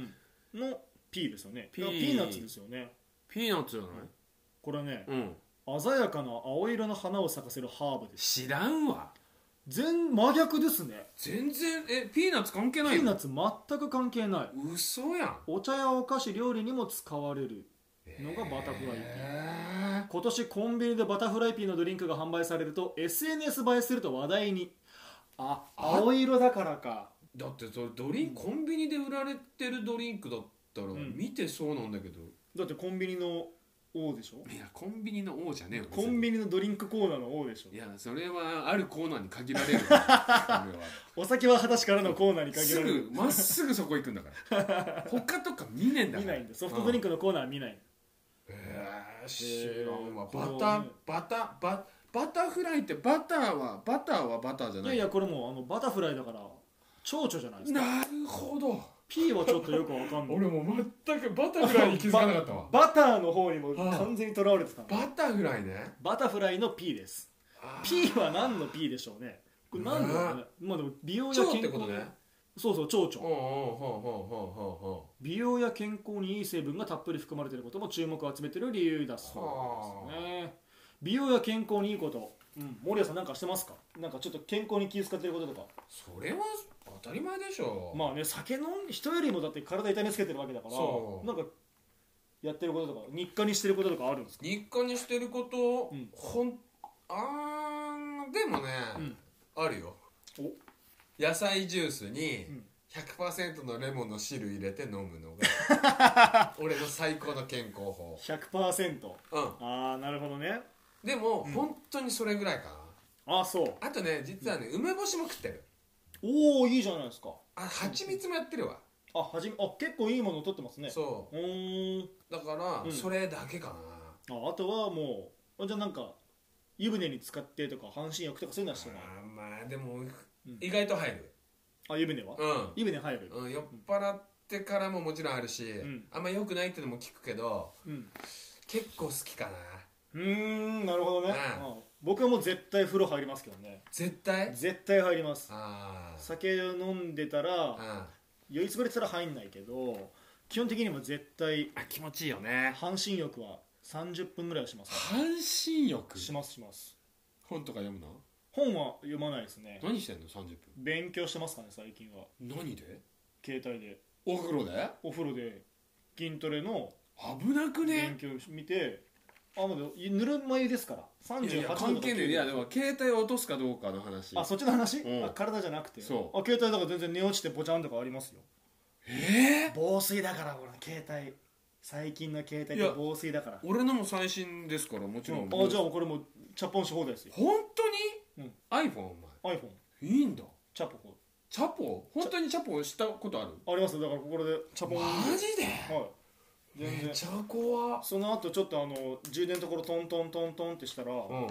S1: うのピーですよね
S3: ピ
S1: ピ
S3: ー
S1: ーピーナッツですよね
S3: ピーナッツじゃない
S1: これね、
S3: うん
S1: 鮮やかな青色の花を咲かせるハーブです
S3: 知らんわ
S1: 全真逆ですね
S3: 全然えピーナッツ関係
S1: ピ
S3: ない
S1: ーナ
S3: の
S1: ッツ全く関係ない
S3: 嘘やん
S1: お茶やお菓子料理にも使われるのがバタフライピー
S3: え
S1: 今年コンビニでバタフライピーのドリンクが販売されると SNS 映えすると話題にあ
S3: あ
S1: 青色だからか
S3: ーだってそれド
S2: ドリ
S3: リ
S2: ン
S3: ンク
S2: コンビニで売られてるドリンクだったら
S1: ん
S2: 見てそうなんだけど、
S1: だってコンビニの王でしょ
S3: いやコンビニの王じゃねえよ
S1: コンビニのドリンクコーナーの王でしょ
S3: いやそれはあるコーナーに限られる
S2: <laughs>
S3: よそれは
S1: お酒は果たしからのコーナーに限
S3: す
S1: られ
S3: ぐ
S1: る
S3: まっすぐそこ行くんだから <laughs> 他とか見ねえんだ
S1: 見
S3: から
S1: ないんでソフトドリン
S3: ク、
S1: クのコーナーは見ない
S2: えー、知らんわ
S1: え
S2: バ
S1: ー
S2: タ
S1: こ
S3: バタババタフライってバターはバターはバターじゃ
S1: い
S3: な
S1: や
S3: い
S1: いやこれもうあのバタフライだ <laughs> から蝶々じゃないですか
S3: なるほど
S1: P はちょっとよくわかんない
S2: 俺もう全くバタフライに気づかなかったわ
S1: バターの方にも完全にとらわれてたの
S2: バタフライね
S1: バタフライの P です P は何の P でしょうねこれ何だろうねまあでも美容や
S2: 腸っ
S1: 健
S2: て
S1: 康
S2: ことね
S1: そうそう蝶
S2: うん
S1: 々
S2: うんうんうんうんうん
S1: 美容や健康にいい成分がたっぷり含まれていることも注目を集めている理由だそうですね美容や健康にいいこと、うん、森谷さんなんかしてますかなんかちょっと健康に気遣ってることとか
S2: それは当たり前でしょ
S1: まあね酒飲ん人よりもだって体痛めつけてるわけだから
S2: そう
S1: なんかやってることとか日課にしてることとかあるんですか
S2: 日課にしてること、
S1: うん
S2: ほんあーでもね、
S1: うん
S2: あるよ
S1: お
S2: 野菜ジュースに
S1: うん
S2: 100%のレモンの汁入れて飲むのが
S1: <laughs>
S2: 俺の最高の健康法、
S1: 100%
S2: うん、
S1: ああなるほどね
S2: でも、
S1: うん
S2: 本当にそれぐらいか
S1: ああそう
S2: なあとね実はね梅干しも食ってる
S1: おおいいじゃないですか
S2: あ蜂蜜もやってるわ、
S1: あはじめあ結構いいものを取ってますね
S2: そう
S1: ーん
S2: うだから、
S1: うん
S2: それだけか
S1: ああとはもうあじゃあなんか湯船に使ってとか半身浴とかそういうのはして
S2: な
S1: ない
S2: あーまあでも、
S1: ん
S2: 意外と入る
S1: あ湯船は、
S2: うん
S1: 湯船入る、
S2: うん、酔っ払ってからももちろんあるし、
S1: ん
S2: あんま良くないってのも聞くけど
S1: うん、
S2: 結構好きかな
S1: うーんなるほどね、
S2: うん
S1: うん僕はもう絶対風呂入りますけどね
S2: 絶対
S1: 絶対入ります
S2: あー
S1: 酒を飲んでた
S2: あ
S1: ら
S2: あ
S1: 酔いつぶれてたら入んないけど基本的にも絶対
S3: あ気持ちいいよね
S1: 半身浴は30分ぐらいはしますね
S3: 半身浴
S1: しますします
S3: 本とか読むの
S1: 本は読まないですね
S3: 何してんの30分
S1: 勉強してますかね最近は
S3: 何で
S1: 携帯で
S3: お風呂で
S1: お風呂で筋トレの
S3: 危なく
S1: 勉
S3: ね
S1: 強見てあまだぬるま湯ですから
S3: いやい
S1: 38
S3: や
S1: 度
S3: 関係ねえいやで
S1: も
S3: も携帯を落とすかどうかの話
S1: あそっちの話、
S3: うん
S1: あ体じゃなくて
S3: そう
S1: あ携帯だから全然寝落ちてポチャンとかありますよ
S3: え
S1: 防水だからほら携帯最近の携帯
S3: い
S1: っ
S3: や
S1: て防水だから
S3: ー、俺のも最新ですからもちろん、
S1: うんあじゃあこれもうチャポンし放題ですよ
S3: 本当に、
S1: うん
S3: iPhone お
S1: iPhone
S3: 前いいんだ
S1: チャポン
S3: チチャポ本当にチャポしたことある
S1: ありますだからこれでチャポン
S3: マジで
S1: はい全然
S2: めちゃ怖
S1: その後ちょっとあの充電のところトントントントンってしたら、も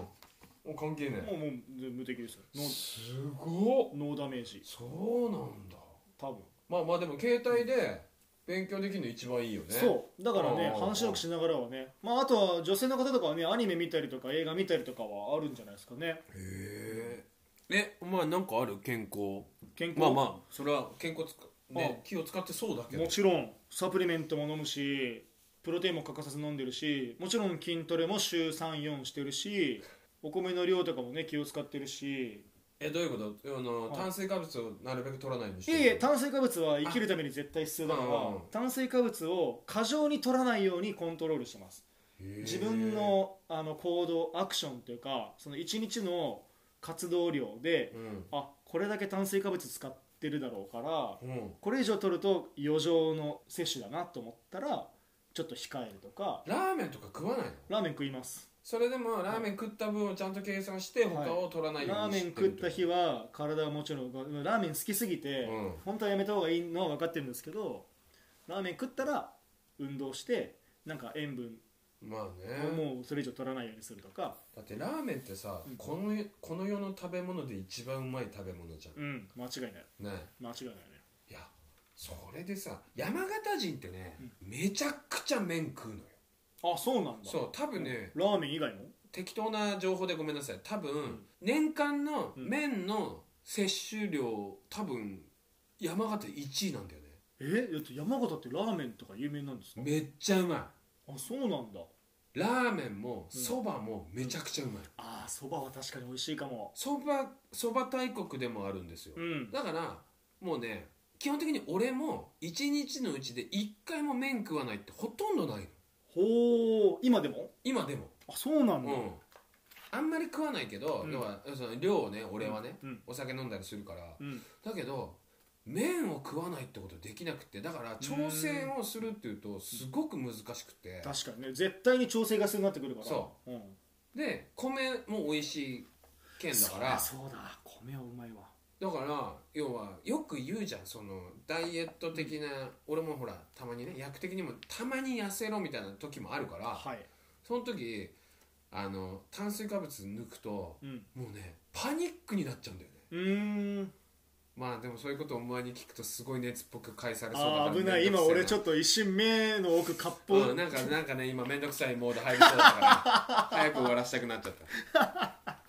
S2: うんお関係な
S1: う
S2: い
S1: もう無敵ですよ
S2: すごっ
S1: ノーノーダメージ
S2: そうなんだ
S1: 多分、
S2: まあまあでも携帯で勉強できるの一番いいよね
S1: そうだからね
S2: うん
S1: 話し合いしながらはね、まあ、あとは女性の方とかはねアニメ見たりとか映画見たりとかはあるんじゃないですかね
S2: へ
S3: えまあなんかある健康
S1: 健康
S3: まあま
S2: えそれは健康つかね気を使ってそうだけど
S1: もちろんサプリメントも飲むしプロテインも欠かさず飲んでるしもちろん筋トレも週34してるしお米の量とかもね気を使ってるし
S2: えどういうことあの
S1: はい
S2: 炭水化物をなるべく取らないようにし
S1: い
S2: てる
S1: えいえ炭水化物は生きるために絶対必要だから
S2: うんうん
S1: 炭水化物を過剰に取らないようにコントロールしてます
S2: へえ
S1: 自分のあの行動アクションというかその1日の活動量で
S2: うん
S1: あこれだけ炭水化物使ってるだろうから
S2: うん
S1: これ以上取ると余剰の摂取だなと思ったらちょっと控えるとか
S2: ラーメンとか食わないの
S1: ラーメン食います
S2: それでもラーメン食った分をちゃんと計算して
S1: はい
S2: 他を取らないよ
S1: ラ
S2: う
S1: ー
S2: に
S1: メン
S2: して
S1: 食っ
S2: る
S1: た日は体はもちろんラーメン好きすぎて、
S2: うん
S1: 本当はやめた方がいいのは分かってるんですけどラーメン食ったら運動してなんか塩分
S2: まあ
S1: を
S2: ね
S1: もうそれ以上取らないようにするとか、
S2: だってラーメンってさ
S1: うん
S2: この世この世の食べ物で一番うまい食べ物じゃ
S1: うん間違いない
S2: んね
S1: 間違いないね
S2: いやそれでさ山形人ってねめちゃくちゃ麺食うのよ
S1: あそうなんだ
S2: そう多分ね
S1: ラーメン以外も
S2: 適当な情報でごめんなさい多分
S1: ん
S2: 年間の
S1: うん
S2: 麺の摂取量多分山形1位なんだよね
S1: えだって山形ってラーメンとか有名なんですか
S2: めっちゃうま
S1: あそうなんだ
S2: いラーメンもそばもめちゃくちゃうまい
S1: あそばは確かに美味しいかも
S2: そばそば大国でもあるんですよ
S1: うん
S2: だからもうね基本的に俺も1日のうちで1回も麺食わないってほとんどないの
S1: ほう今でも
S2: 今でも
S1: あそうな
S2: うんん、
S1: だ、
S2: あんまり食わないけど、
S1: うん
S2: 要はその量をね俺はね、
S1: うん
S2: お酒飲んだりするから
S1: うん
S2: だけど麺を食わないってことできなくてだから調整をするっていうとすごく難しくて
S1: 確かにね絶対に調整が必要になってくるから、
S2: そう
S1: ん、
S2: で米も美味しい県だか
S1: りゃ
S2: ら
S1: そうだ米はうまいわ
S2: だから要はよく言うじゃんそのダイエット的な、俺もほらたまにね薬的にもたまに痩せろみたいな時もあるから、
S1: はい、
S2: その時あの炭水化物抜くと
S1: うん、
S2: もうねパニックになっちゃうんだよね
S1: うーん
S2: まあでもそういうことをお前に聞くとすごい熱っぽく返されそうだ
S1: あー危ない今俺ちょ
S2: っ
S1: っと一瞬目の奥割
S2: とうん
S1: 烹
S2: なんかなんかね今面倒くさいモード入りそうだ
S1: <laughs>
S2: から早く終わらせたくなっちゃった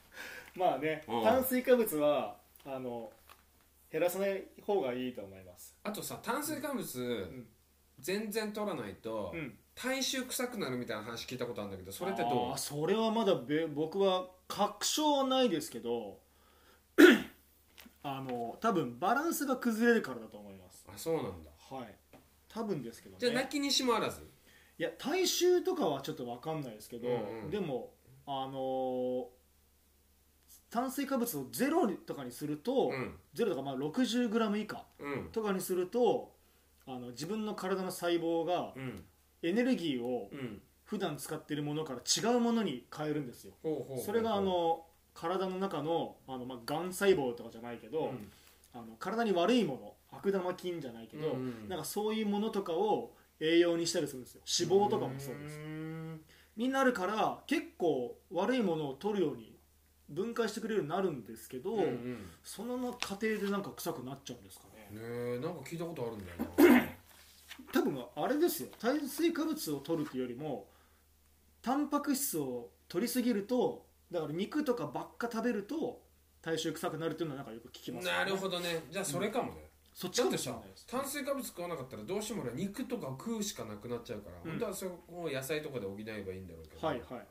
S1: まあね
S2: うん
S1: 炭水化物はあの減らさない方がいいと思います
S2: あとさ炭水化物、
S1: ん
S2: 全然取らないと、
S1: うん
S2: 体臭臭くなるみたいな話聞いたことあるんだけどそれってど
S1: あ
S2: う
S1: ーそれはまだべ僕は確証はないですけど <clears throat> あの多分バランスが崩れるからだと思います
S2: あそうなんだ
S1: はい多分ですけどね
S2: じゃあ泣きにしもあらず
S1: いや体臭とかはちょっと分かんないですけど、
S2: うんうん
S1: でもあのー炭水化物をゼロとかにすると、
S2: うん
S1: ゼロとかまあ 60g 以下
S2: うん
S1: とかにするとあの自分の体の細胞が
S2: うん
S1: エネルギーを
S2: うん
S1: 普段使ってるものから違うものに変えるんですよ
S2: ほうほうほうほう
S1: それがあの体の中のあの、まあ、がん細胞とかじゃないけど、
S2: うん
S1: あの体に悪いもの悪玉菌じゃないけど、
S2: うんうん
S1: なんかそういうものとかを栄養にしたりするんですよ脂肪とかもそうです
S2: ーん
S1: になるから結構悪いものを取るように分解してくれるようになるんですけど、
S2: うんうんね
S1: その過程でなんか臭くなっちゃうんですかね
S2: えなんか聞いたことあるんだよな
S1: 多分あれですよ炭水化物を取るというよりもタンパク質を取りすぎるとだから肉とかばっか食べると体臭臭くなるっていうのはなんかよく聞きますよね、
S2: なるほどねじゃあそれかもね、
S1: そっち
S2: だ
S1: か
S2: っ
S1: も
S2: て
S1: しれ
S2: さ
S1: ないです
S2: 炭水化物食わなかったらどうしても俺は肉とか食うしかなくなっちゃうから、
S1: うん
S2: 本当はそこを野菜とかで補えばいいんだろうけど、
S1: はいはい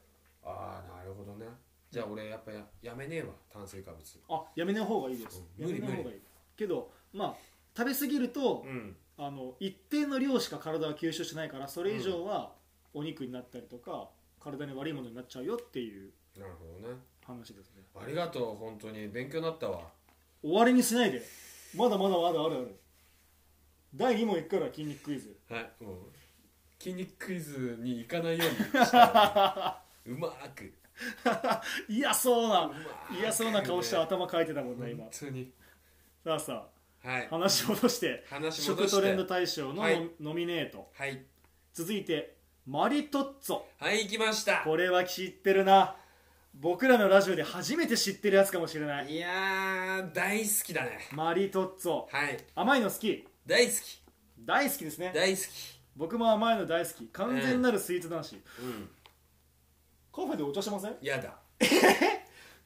S2: ああなるほどねじゃあ俺やっぱややめねえわ炭水化物
S1: あやめない方がいいです
S2: うん
S1: やめない
S2: 無理
S1: 方がいいけどまあ食べ過ぎると、
S2: うん
S1: あの一定の量しか体は吸収しないからそれ以上はお肉になったりとか体に悪いものになっちゃうよっていう
S2: なるほどね
S1: 話ですね
S2: ありがとう本当に勉強になったわ
S1: 終わりにしないでまだまだあるあるある第2問いくから筋肉クイズ
S2: はいもう筋肉クイズに行かないようにしたわうまーく
S1: 嫌そうな
S2: うまーく
S1: 嫌そうな顔して
S2: ね
S1: 頭かいてたもんね今
S2: 本当に
S1: さあさあ
S2: はい
S1: 話を戻して
S2: 話戻
S1: 食
S2: して
S1: トレンド大賞のノ,、
S2: はい
S1: ノミネート
S2: はい
S1: 続いてマリトッツォ
S2: はい行きました
S1: これは知ってるな僕らのラジオで初めて知ってるやつかもしれない
S2: いやー大好きだね
S1: マリトッツォ
S2: はい
S1: 甘いの好き
S2: 大好き
S1: 大好きですね
S2: 大好き
S1: 僕も甘いの大好き完全なるスイーツ男子、
S2: うん
S1: カフェでお茶しません
S2: やだ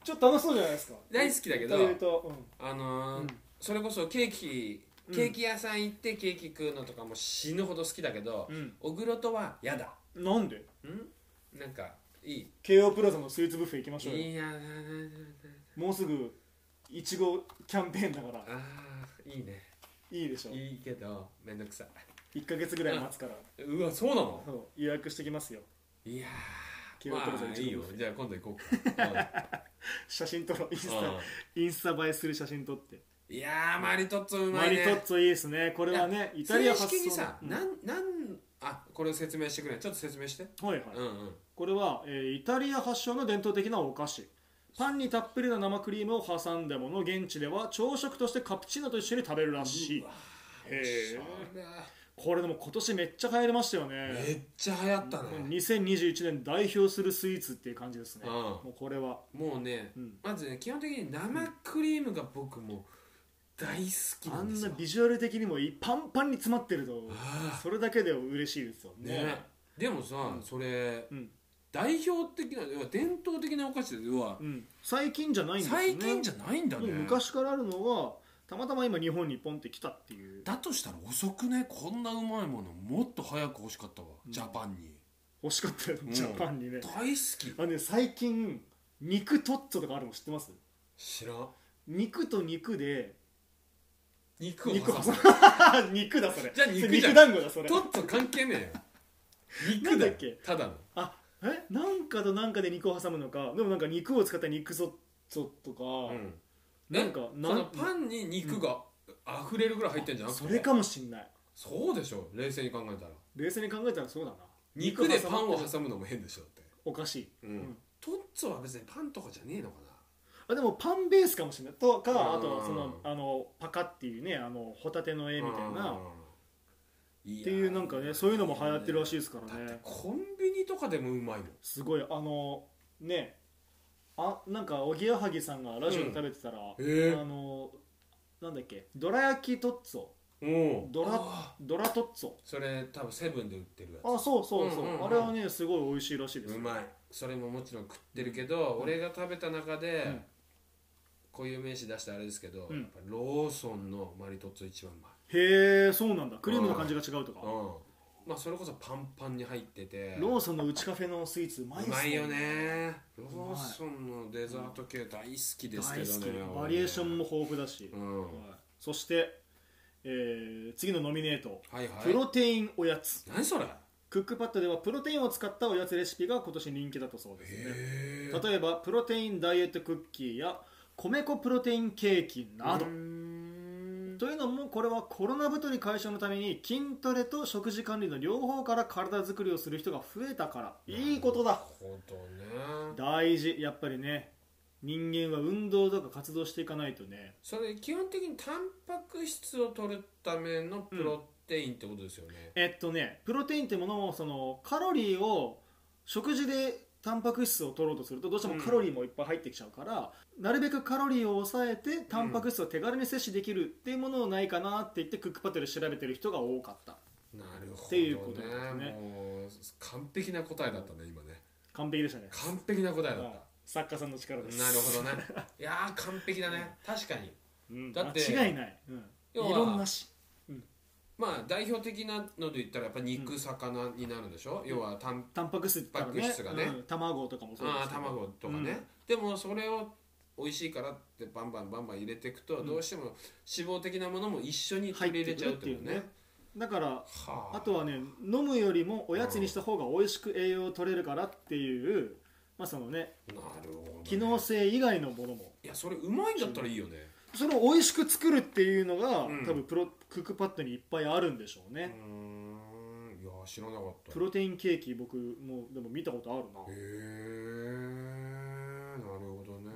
S1: ちょっと楽しそうじゃないですか
S2: 大好きだけど
S1: というと、
S2: あのー
S1: うん
S2: それこそケーキ
S1: うん
S2: ケーキ屋さん行ってケーキ食うのとかも死ぬほど好きだけど、
S1: うん
S2: 小黒とはやだ
S1: うん、なんで
S2: んなんかいい
S1: 慶応プラザのスイーツブッフェ行きましょうよ
S2: いいな
S1: もうすぐいちごキャンペーンだから
S2: あーいいね
S1: いいでしょ
S2: いいけどめんどくさ
S1: 1か月ぐらい待つから
S2: い。うわそうなの
S1: そう予約してきますよ
S2: いやー
S1: 気を取らず
S2: ま
S1: に
S2: あいいよじゃあ今度行こ <laughs> うか
S1: 写真撮ろうインス
S2: うんうん
S1: タインスタ映えする写真撮って、
S2: いやーマリトッツォうま
S1: マ
S2: い
S1: リ
S2: ね
S1: トッツォいいですねこれはねイタリア
S2: 正
S1: 発
S2: 式に
S1: 祥
S2: さ、
S1: の
S2: な
S1: うん
S2: んなんあこれを説明してくれちょっと説明して
S1: はいはい、
S2: うんうん
S1: これは、えーイタリア発祥の伝統的なお菓子パンにたっぷりの生クリームを挟んだもの現地では朝食としてカプチーノと一緒に食べるらしいへえこれでも今年めっちゃ流行りましたよ
S2: め
S1: ね
S2: っちゃ流行ったね、
S1: 2021年代表するスイーツっていう感じですね
S2: うん
S1: もうこれは
S2: もうね、
S1: うん
S2: まずね基本的に生クリームが僕もう大好き
S1: あ
S2: なんで
S1: ん
S2: す
S1: な
S2: よ
S1: ビジュアル的にもいいパンパンに詰まってると
S2: あ
S1: それだけで嬉しいですよ
S2: ーねでもさ、それ、
S1: うん
S2: 代表的な要は伝統的なお菓子で要は
S1: うん、最近じゃないんですね
S2: 最近じ
S1: ゃ
S2: ゃないんだね
S1: 昔からあるのはたまたま今日本にポンって来たっていう
S3: だとしたら遅くねこんなうまいものもっと早く欲しかったわ、ジャパンに
S1: 欲しかったよ
S3: うん
S1: ジャパンにね
S2: 大好き
S1: あのね最近肉トッツォとかあるの知ってます
S2: 知らん
S1: 肉と肉で
S2: 肉を
S1: 肉
S2: 挟む
S1: <laughs> 肉だそれ
S2: じゃあ肉じゃん
S1: 肉団子だそれ
S2: トッツォ関係ねえよ
S1: な
S2: 肉
S1: んだ
S2: だよ
S1: っけ
S2: ただの
S1: あえなんかとなんかで肉を挟むのかでもなんか肉を使った肉ゾッツォとか、
S2: な
S1: なんん
S2: か
S1: か
S2: その
S1: なん
S2: パンに肉が溢れるぐらい入ってんじゃん
S1: それかもしんない
S2: そうでしょ冷静に考えたら
S1: 冷静に考えたらそうだな
S2: 肉でパンを
S1: 挟む
S2: 挟むのも変でしょだって
S1: おかしいん
S2: トッツォは別にパンとかじゃねえのか
S1: あでもパンベースかもしれないとか
S2: うん
S1: あとはそのあのパカっていうねあのホタテの絵
S2: な
S1: みたいなっ
S2: って
S1: いうなんかねそういうのも流行ってるらしいですから
S2: だって
S1: ね
S2: コンビニとかでもうまいもん
S1: すごいあのねあなんかおぎやはぎさんがラジオで食べてたら、
S2: え
S1: あのなんだっけどら焼きトッツォ
S2: おう
S1: ドラ
S2: あ
S1: ドラトッツォ
S2: それ多分セブンで売ってるやつ
S1: あそうそうそう,、
S2: うんうんうん
S1: あれはねすごい美味しいらしいです
S2: うまいそれももちろん食ってるけど、俺が食べた中で、
S1: うん
S2: こういう名詞出してあれですけど、
S1: うん
S2: やっぱローソンのマリトッツォ一番うまい、
S1: へえそうなんだクリームの感じが違うとか
S2: うんまあ、それこそパンパンに入ってて
S1: ローソンのうちカフェのスイーツうまいっ
S2: う
S1: すね
S2: まいよねロ
S1: まい
S2: ーソンのデザート系大好きですけ
S1: 大
S2: どね
S1: 好きバリエーションも豊富だし、
S2: うんは
S1: はいそして、えー次のノミネート、
S2: い
S1: プ
S2: は
S1: ロテインおやつ
S2: い何それ
S1: クックパッドではプロテインを使ったおやつレシピが今年人気だとそうですね
S2: え
S1: 例えばプロテインダイエットクッキーや米粉プロテインケーキなどというのもこれはコロナ太り解消のために筋トレと食事管理の両方から体作りをする人が増えたからいいことだ
S2: ほどね
S1: 大事やっぱりね人間は運動とか活動していかないとね
S2: それ基本的にタンパク質を取るためのプロテインってことですよね、
S1: えっとねプロテインってものもそのカロリーを食事でタンパク質を取ろうとするとどうしてもカロリーもいっぱい入ってきちゃうから、なるべくカロリーを抑えてタンパク質を手軽に摂取できるっていうものをないかなって言ってクックパッドで調べてる人が多かった
S2: なるほどね
S1: っていうことですね
S2: もう完璧な答えだったね今ね
S1: 完璧でしたね
S2: 完璧な答えだった、
S1: はい作家さんの力です
S2: なるほどね
S1: <laughs>
S2: いやー完璧だね確かに
S1: うん
S2: だって
S1: 間違いない、うん、
S2: 要は
S1: 異論なし
S2: まあ代表的なので言ったらやっぱ肉魚になるでしょ、要はタン
S1: タンパク質って言った
S2: タン
S1: ら
S2: パク質がね
S1: うん卵とかもそうで
S2: あ
S1: す
S2: ー
S1: けど
S2: 卵とかね、でもそれを美味しいからってバンバンバンバン入れていくと、どうしても脂肪的なものも一緒に
S1: 入
S2: 取
S1: っ
S2: り
S1: て
S2: 入
S1: く
S2: れちゃう
S1: る
S2: っ
S1: ってて
S2: こ
S1: い
S2: と
S1: う
S2: ね
S1: ねだから
S2: は
S1: あとはね飲むよりもおやつにした方が美味しく栄養を取れるからっていう、まあそのね、
S2: なるほど、ね、
S1: 機能性以外のものも
S2: いやそれうまいんだったらいいよね
S1: それを美味しく作るっていうのが、
S2: うん
S1: 多分プロクックパッドにいっぱいあるんでしょう
S2: う
S1: ね、
S2: ーんいや知らなかった
S1: プロテインケーキ僕もうでも見たことあるな
S2: へえなるほどね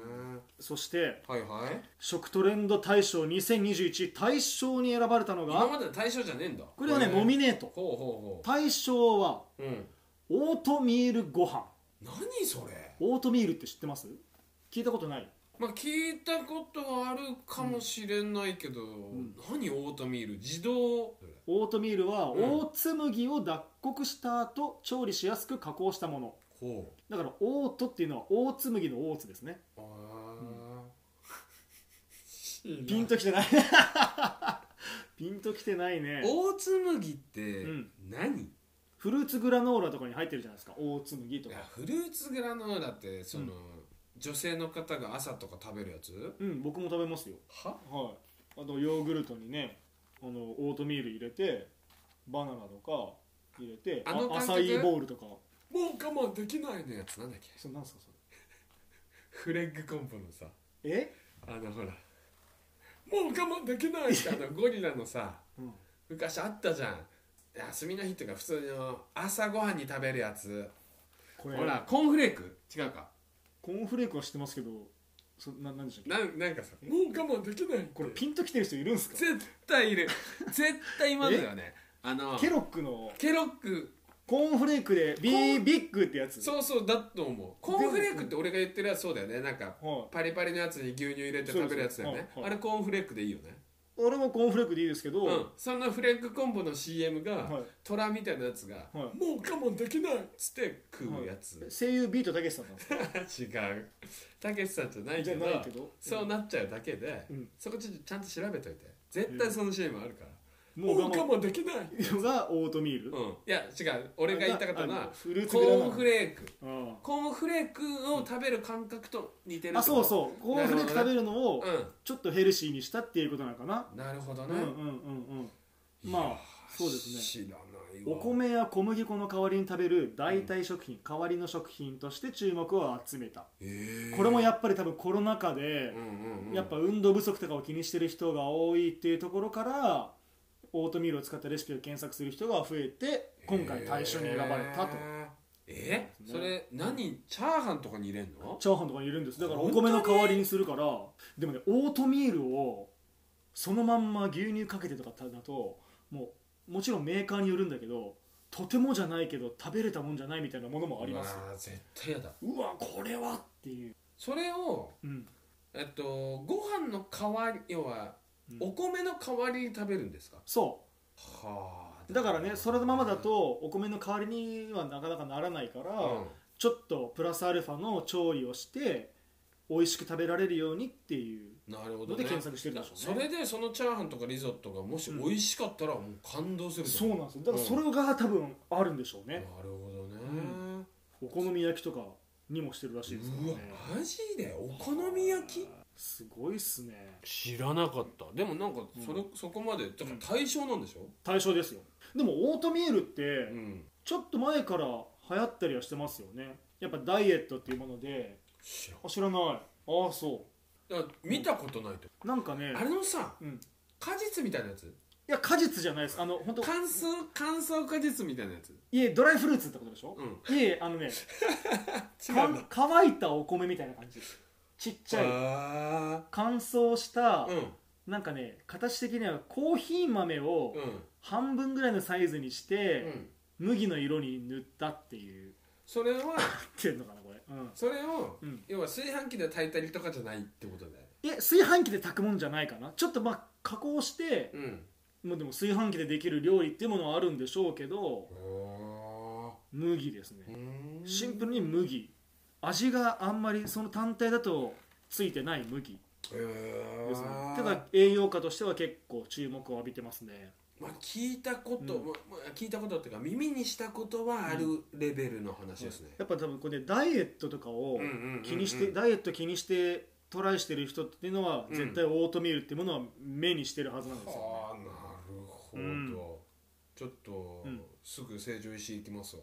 S1: そして
S2: はいはい
S1: 食トレンド大賞2021大賞に選ばれたの
S2: 今
S1: が
S2: までの対象じゃねえんだ
S1: これはねノミネート
S2: ほうほうほ
S1: 大賞は
S2: ううん
S1: オートミールご飯
S2: 何それ
S1: オートミールって知ってます聞いたことない
S2: まあ聞いたことはあるかもしれないけど、
S1: ん
S2: 何オートミール自動
S1: オートミールは
S2: うん
S1: オーツ麦を脱穀した後調理しやすく加工したもの
S2: ほ
S1: だからオートっていうのはオーツ麦のオーツですね
S2: うあ <laughs>
S1: ピンときてない <laughs> ピンときてないね
S2: 大つ麦って
S1: うん
S2: 何、
S1: フルーツグラノーラとかに入ってるじゃないですかオーツ麦と
S2: い
S1: か
S2: やフルーツグラノーラってその、女性の方が朝とか食べるやつ
S1: うん僕も食べますよ
S2: は
S1: はいあとヨーグルトにねあのオートミール入れてバナナとか入れて
S2: あの感
S1: ア
S2: 覚
S1: サイーボールとか
S2: もう我慢できないのやつなんだっけ
S1: それなんですかそ
S2: フレッグコンポのさ
S1: れえ、
S2: あのほらもう我慢できないってあ
S1: <laughs>
S2: のゴリラのさ
S1: うん、
S2: 昔あったじゃん休みの日とか普通の朝ごはんに食べるやつ
S1: これ
S2: ほらコーンフレーク違うか
S1: コーンフレークは知ってますけどそななんでしたっけ
S2: なんなんかさもう我慢できない
S1: これピンときてる人いるんですか
S2: 絶対いる絶対今のだよねあの
S1: ケロックの
S2: ケロック
S1: コーンフレークでビービッグってやつ
S2: そうそうだと思うコーンフレークって俺が言ってるやつそうだよねなんか
S1: は
S2: パリパリのやつに牛乳入れて食べるやつだよね
S1: そうそうそうはい
S2: あれコーンフレークでいいよね
S1: い、俺もコーンフレークでいいですけど、
S2: うんそのフレークコンボの CM が、
S1: はい
S2: 虎みたいなやつが、
S1: い
S2: もう我慢できないっつって食うやつ、
S1: 声優ビートたけしさんなんですか
S2: <laughs> 違うたけしさんじゃない
S1: じ
S2: け
S1: ゃ
S2: ど
S1: ないけど
S2: そうなっちゃうだけで、
S1: うん
S2: そこちょっとちゃんと調べといて絶対その CM あるから、
S1: もう我慢
S2: 慢できない
S1: のがオートミール、
S2: うん、いや違う俺が言いたかったの
S1: あ
S2: は
S1: のフルーツ
S2: コ
S1: グラ
S2: ー
S1: ノ
S2: ン
S1: ー
S2: フレーク
S1: ラ
S2: コーンフレークを食べる感覚と似てる
S1: ああそうそうコーンフレーク食べ
S2: る
S1: るのを
S2: う
S1: ちょっとヘルシーにしたっていうことなのかな、
S2: んなるほど
S1: う
S2: ね、
S1: ん、うんうんうんま
S2: い
S1: あ
S2: や
S1: そうですね
S2: 知らない
S1: お
S2: わ
S1: 米や小麦粉の代わりに食べる代替食品、代わりの食品として注目を集めた、
S2: ええ
S1: これもやっぱり多分コロナ禍で、
S2: うんうんうん
S1: やっぱ運動不足とかを気にしてる人が多いっていうところからオートミールを使ったレシピを検索する人が増えて今回大賞に選ばれたと、
S2: えーえ
S1: ね
S2: それ何チャーハンとかに入れんの
S1: チャーハンとかにいるんですだからお
S2: 本当に
S1: 米の代わりにするからでもねオートミールをそのまんま牛乳かけてとかだともうもちろんメーカーによるんだけどとてもじゃないけど食べれたもんじゃないみたいなものもありますよ
S2: うわー絶対やだ
S1: うわこれはっていう、
S2: それを
S1: うん、
S2: えっとご飯の代わり要は
S1: うん
S2: お米の代わりに食べるんですか、
S1: そう
S2: はあ
S1: だからねそれのままだとお米の代わりにはなかなかならないから、
S2: うん
S1: ちょっとプラスアルファの調理をして美味しく食べられるようにっていう
S2: なるほ
S1: の
S2: ど
S1: で
S2: ね
S1: 検索してるんでしょう
S2: そ
S1: ね
S2: れでそのチャーハンとかリゾットがもし美味しかったらもう感動する
S1: そううなんですよだからそれが多分あるんでしょう
S2: なる
S1: ね、
S2: ほどね、
S1: お好み焼きとかにもしてるらしいですから
S2: うわ
S1: ね
S2: マジでお好み焼き
S1: すごいっすね
S2: 知らなかったでもなんかそれ、そこまでだから対象なんでしょ、
S1: 対象ですよでもオートミールって
S2: ん、
S1: ちょっと前から流行ったりはしてますよねやっぱダイエットっていうもので
S2: 知らん
S1: あ知らないああそ
S2: だから見たことないと、
S1: うなんかね
S2: あれのさ
S1: うん
S2: 果実みたいなやつ
S1: いや果実じゃないですあの本当
S2: 乾燥乾燥果実みたいなやつ
S1: いえドライフルーツってことでしょ、
S2: うん
S1: いえいえあのね
S2: 違うんだ
S1: か乾いたお米みたいな感じちっちゃい
S2: あ
S1: 乾燥した、
S2: ーうん
S1: なんかね形的にはコーヒー豆を
S2: うん
S1: 半分ぐらいのサイズにし
S2: う
S1: て、
S2: ん
S1: 麦の色に塗ったっていう
S2: それは
S1: っていうのかなこれ、うん、
S2: それを、
S1: うん
S2: 要は炊飯器で炊いたりとかじゃないってことだよね
S1: え炊飯器で炊くもんじゃないかなちょっとまあ加工して
S2: うん
S1: もうでも炊飯器でできる料理っていうものはあるんでしょうけど
S2: お
S1: 麦ですね、
S2: ー
S1: シンプルに麦味があんまりその単体だとついてない麦
S2: へー
S1: ですねただ栄養価としては結構注目を浴びてますね
S2: まあ、聞いたこと、
S1: うん
S2: まあまあ、聞いたことっていうか耳にしたことはあるレベルの話ですね、
S1: やっぱ多分これねダイエットとかを
S2: うんうんうんうん
S1: 気にしてダイエット気にしてトライしてる人っていうのは
S2: うん
S1: 絶対オートミールってものは目にしてるはずなんですよね
S2: はあなるほ
S1: う
S2: ど、
S1: ん
S2: ちょっと、
S1: うん
S2: すぐ成城石井行きますわ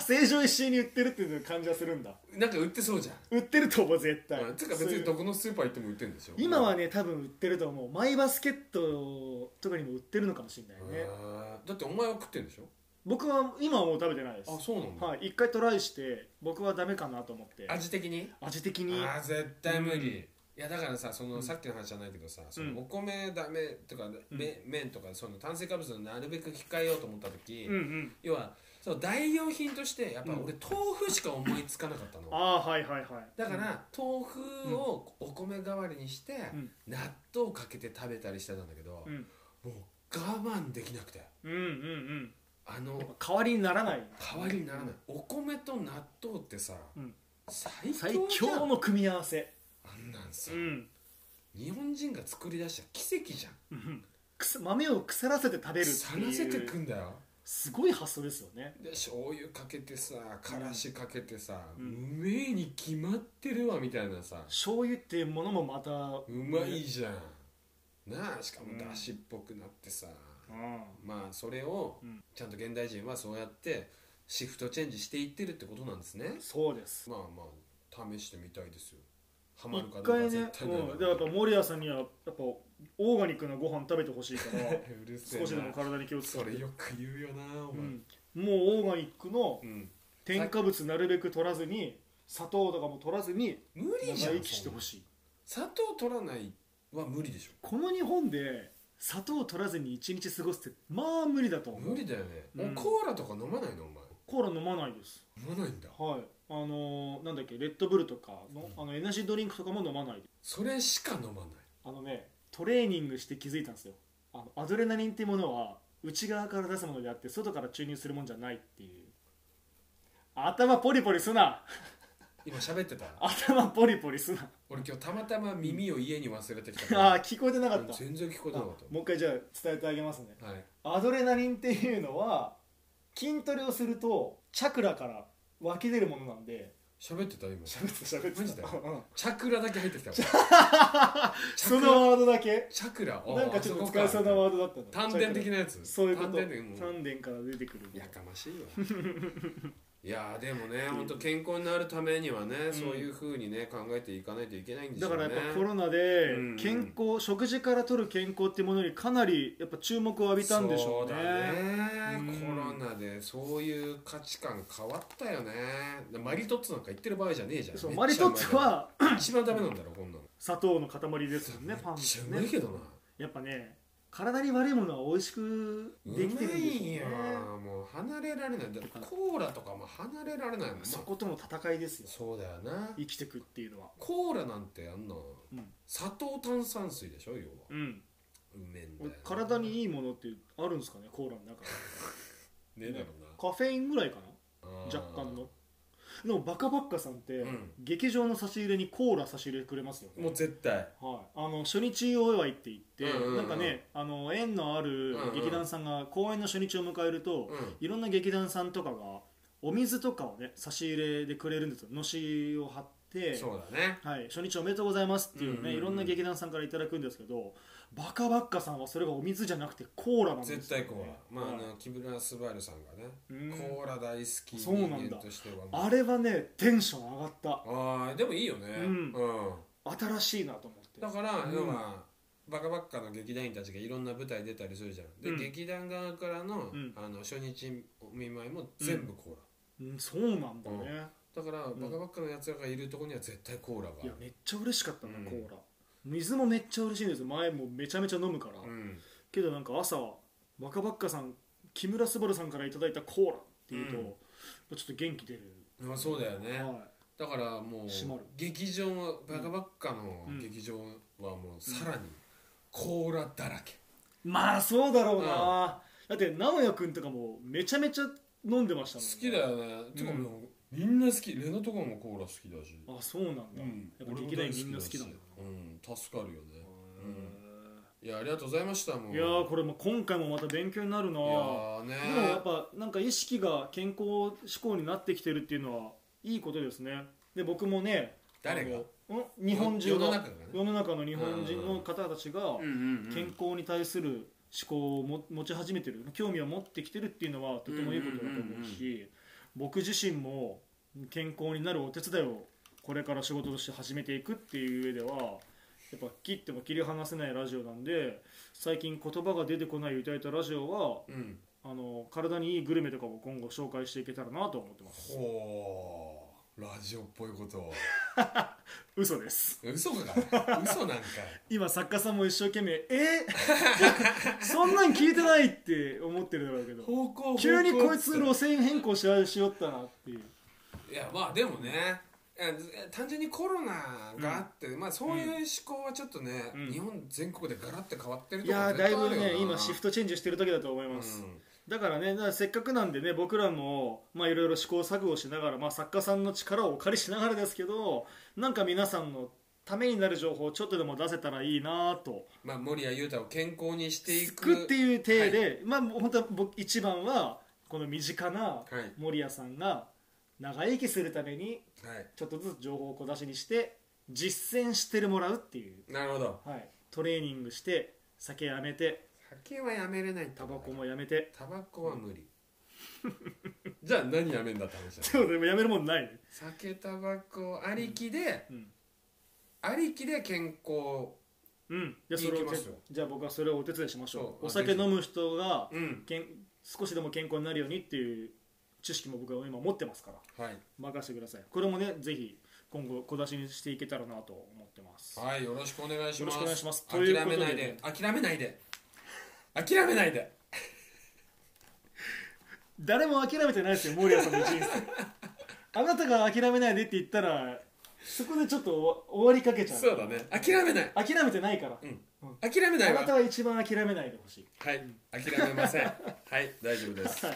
S1: 成城石井に売ってるっていう感じはするんだ
S2: なんか売ってそうじゃん、
S1: 売ってると思う絶対
S2: まあ、つうか別にどこのスーパー行っても売ってるんでしょ
S1: 今はね多分売ってると思うマイバスケットとかにも売ってるのかもしれないね
S2: あーだってお前は食ってるんでしょ
S1: 僕は今はもう食べてないです
S2: あそうなんだ、
S1: はい、一回トライして僕はダメかなと思って
S2: 味的に
S1: 味的に
S2: あー絶対無理、いやだからさそのさっきの話じゃないけどさ、そのお米ダメとか、め麺とかその炭水化物をなるべく控えようと思った時、
S1: うんうん
S2: 要はその代用品としてやっぱ俺豆腐しか思いつかなかったの、
S1: ああーはいはいはい
S2: だから豆腐をお米代わりにして
S1: ん
S2: 納豆かけて食べたりしてたんだけど、
S1: うん
S2: もう我慢できなくて
S1: うんうんうん
S2: あの
S1: やっぱ代わりにならない
S2: 代わりにならないお米と納豆ってさ、
S1: うん
S2: 最強
S1: 最
S2: じゃん
S1: 強の組み合わせ
S2: あんなんさ、
S1: うん
S2: 日本人が作り出した奇跡じゃ
S1: う
S2: ん
S1: んくす豆を腐らせて食べるって
S2: さらせて
S1: い
S2: く
S1: うん
S2: だよ
S1: すごい発想ですよね
S2: で醤油かけてさからしかけてさ、うんめえに決まってるわみたいなさ
S1: 醤油っていうものもまたう
S2: うまいじゃん、なあしかもだしっぽくなってさ、
S1: ん
S2: まあそれを
S1: うん
S2: ちゃんと現代人はそうやってシフトチェンジしていってるってことなんですね
S1: そうです
S2: まあまあ試してみたいですよハマる
S1: 一
S2: かどうか
S1: 回
S2: 絶
S1: ね、
S2: 対ないな
S1: うん、でや
S2: <laughs>
S1: っぱ森谷さんにはやっぱオーガニックなご飯食べてほしい
S2: <laughs>
S1: から
S2: うるせ
S1: 少
S2: えな
S1: しでも体に気をつけ
S2: そ
S1: て
S2: れよく言うよなお
S1: う
S2: 前、
S1: ん、もうオーガニックの
S2: うん
S1: 添加物なるべく取らずに砂糖とかも取らずに
S2: 無理じゃ
S1: 長
S2: ん
S1: 生きしてほしい
S2: そんな砂糖取らないは無理でし
S1: この日本で砂糖を取らずに一日過ごすってまあ無理だと
S2: ょ
S1: 思う
S2: 無理だよね、
S1: うん
S2: おコーラとか飲まないのお前
S1: コーラ飲まないです
S2: 飲まないんだ
S1: はいあのーなんだっけレッドブルとかの,、あのエナジードリンクとかも飲まない
S2: それしか飲まない
S1: あのねトレーニングして気づいたんですよあのアドレナリンっていうものは内側から出すものであって外から注入するもんじゃないっていう頭ポリポリすな
S2: 今喋っ
S1: <laughs>
S2: てた
S1: 頭ポリポリすな
S2: 俺今日たまたま耳を家に忘れてきた
S1: あ
S2: か
S1: あ聞こえてなからった
S2: 全然聞こえて
S1: あ
S2: な
S1: も
S2: かっ
S1: う一回じゃあ伝えてあげますね
S2: たはい
S1: アドレナリンっていうのは筋トレをするとチャクラから湧き出るものなんで
S2: 喋ってた今
S1: 喋ってた喋ってた
S2: <laughs> マジで
S1: うん
S2: チャクラだけ入ってきたわ
S1: <laughs>
S2: チ
S1: そ
S2: ャクラ
S1: のワードだけ
S2: チャクラ
S1: なんかちょっと使えそうな
S2: わ
S1: ワードだったの
S2: 丹田的なやつ
S1: そういうこと
S2: 丹田でもう
S1: 丹田から出てくる
S2: やかましいわ <laughs> いやーでもね本当健康になるためにはね、そういうふうにね考えていかないといけないんでし
S1: だ
S2: ょう
S1: か
S2: ね
S1: らやっぱコロナで
S2: うん
S1: 健康、食事から取る健康っていうものにかなりやっぱ注目を浴びたんでしょうね
S2: そうだね、
S1: うん
S2: コロナでそういう価値観変わったよねマリトッツォなんか言ってる場合じゃねえじゃん
S1: そう
S2: めっちゃ
S1: マリトッツォは
S2: うまいから一番ダメなんだろこんなの
S1: 砂糖の塊ですもんねパン
S2: め
S1: も
S2: っちゃうまい
S1: ね
S2: けどな
S1: やっぱね体に悪いものは美味しく
S2: う
S1: できてるんですよ
S2: まい
S1: ね
S2: よもう離れられないだってコーラとかも離れられないもん、まあ
S1: そことの戦いですよ
S2: そうだよな
S1: 生きてくっていうのは
S2: コーラなんてあんな、
S1: ん
S2: 砂糖炭酸水でしょ要は
S1: うん
S2: うめえんだよな
S1: 体にいいものってあるんですかねコーラの中で
S2: ねえだろうな
S1: カフェインぐらいかな
S2: あー
S1: 若干のでもバカバッカさんって、
S2: うん
S1: 劇場の差し入れにコーラ差し入れくれますよね
S2: もう絶対
S1: はい、あの初日お祝いって言って、
S2: うんうんうん
S1: なんかねあの縁のある
S2: うんうん
S1: 劇団さんが公演の初日を迎えると、
S2: うん
S1: いろんな劇団さんとかがお水とかをね差し入れでくれるんですよのしを貼って、
S2: そうだね
S1: はい、初日おめでとうございますっていうね、
S2: うんうんうん
S1: いろんな劇団さんからいただくんですけどバカバッカさんはそれがお水じゃなくてコーラなんですよ、ね、
S2: 絶対コーラまああ
S1: はい
S2: の木村昴さんがね
S1: うん
S2: コーラ大好き
S1: そうなんだ
S2: 人間としては
S1: あれはねテンション上がった
S2: あーでもいいよね
S1: うん
S2: うん
S1: 新しいなと思って
S2: だから
S1: ん
S2: 要はバカバッカの劇団員たちがいろんな舞台出たりするじゃんで
S1: うん
S2: 劇団側からの
S1: うん
S2: あの初日お見舞いも全部コーラ
S1: うん、そうなんだね、
S2: うんだからバカバッカのやつらがいるとこには絶対コーラがあ
S1: いや
S2: る
S1: めっちゃ嬉しかったな、
S2: うん
S1: コーラ水もめっちゃ嬉しいんですよ前もめちゃめちゃ飲むから、
S2: うん
S1: けどなんか朝バカバッカさん木村昴さんからいただいたコーラっていうと、
S2: うん
S1: やっぱちょっと元気出る、
S2: まあそうだよね
S1: は
S2: だからもう
S1: 閉まる
S2: 劇場はバカバッカの
S1: うん
S2: 劇場はもうさらにコーラだらけ
S1: い、まあそうだろうな、だって直哉君とかもめちゃめちゃ飲んでました
S2: 好
S1: もんね
S2: きだよねてかもうみんな好きレノとかもコーラ好きだし
S1: あそうなんだ、やっぱ劇団員みんな好きなんだ
S2: うん助かるよね
S1: へ
S2: いやありがとうございましたも
S1: ー
S2: う
S1: いやーこれも今回もまた勉強になるない
S2: やーね
S1: でもやっぱなんか意識が健康志向になってきてるっていうのはいいことですねで僕もね
S2: 誰が
S1: あのん日本中の
S2: 世の中がね
S1: 世の中の日本人の方たちが健康に対する思考をも持ち始めてる興味を持ってきてるっていうのはとてもいいことだと思うし僕自身も健康になるお手伝いをこれから仕事として始めていくっていう上ではやっぱ切っても切り離せないラジオなんで最近言葉が出てこない歌えたラジオは
S2: うん
S1: あの体にいいグルメとかも今後紹介していけたらなと思ってます
S2: ほラジオっぽいことを
S1: 嘘です
S2: 嘘か嘘なんか
S1: 今作家さんも一生懸命「え <laughs> ーそんなん聞いてない!」って思ってるだろうけど
S2: 方向
S1: 急にこいつ
S2: ロ
S1: 路線変更しよしよったなっていう
S2: いやまあでもねいや単純にコロナがあって、まあそういう思考はちょっとね、
S1: うん
S2: 日本全国でガラッて変わってる
S1: い
S2: とこ
S1: やーだいぶ
S2: 絶対ある
S1: ね
S2: よな
S1: 今シフトチェンジしてる時だと思います、だからねだからせっかくなんでね僕らもまあいろいろ試行錯誤しながら、まあ、作家さんの力をお借りしながらですけどなんか皆さんのためになる情報をちょっとでも出せたらいいなと
S2: うんまあ森谷裕太を健康にしてい
S1: 作
S2: く
S1: っていう体で、まあもう本当は僕一番はこの身近な
S2: はい
S1: 守屋さんが長生きするために
S2: はい
S1: ちょっとずつ情報を小出しにして実践してるもらうっていう、
S2: なるほど
S1: はい、トレーニングして酒やめて
S2: 酒はやめれない
S1: タバコもやめて <laughs>
S2: タバコは無理 <laughs> じゃあ何やめんだって話だ
S1: でもでもやめるもんないね、
S2: 酒タバコありきで、
S1: うん
S2: ありきで健康
S1: うん、じゃあそれ
S2: 行
S1: を
S2: きますよ
S1: じゃあ僕はそれをお手伝いしましょ
S2: そう
S1: うお酒
S2: ぜひ
S1: 飲む人が
S2: うん
S1: けん少しでも健康になるようにっていう知識も僕は今持ってますから
S2: はい
S1: 任せてくださいこれもねぜひ今後小出しにしていけたらなと思ってます
S2: はいよろしくお願いし
S1: よろ
S2: ま
S1: し
S2: す
S1: くお願いします
S2: 諦めないで諦めないで諦めないで
S1: 誰も諦めてないですよ森谷さんの人生あなたが諦めないでって言ったらそこでちょっと終わりかけちゃう
S2: そうだね諦めない
S1: 諦めてないから、
S2: うん
S1: うん
S2: 諦めない
S1: あ
S2: わ
S1: なたは一番諦めないでほしい
S2: はい諦めません <laughs> はい大丈夫ですは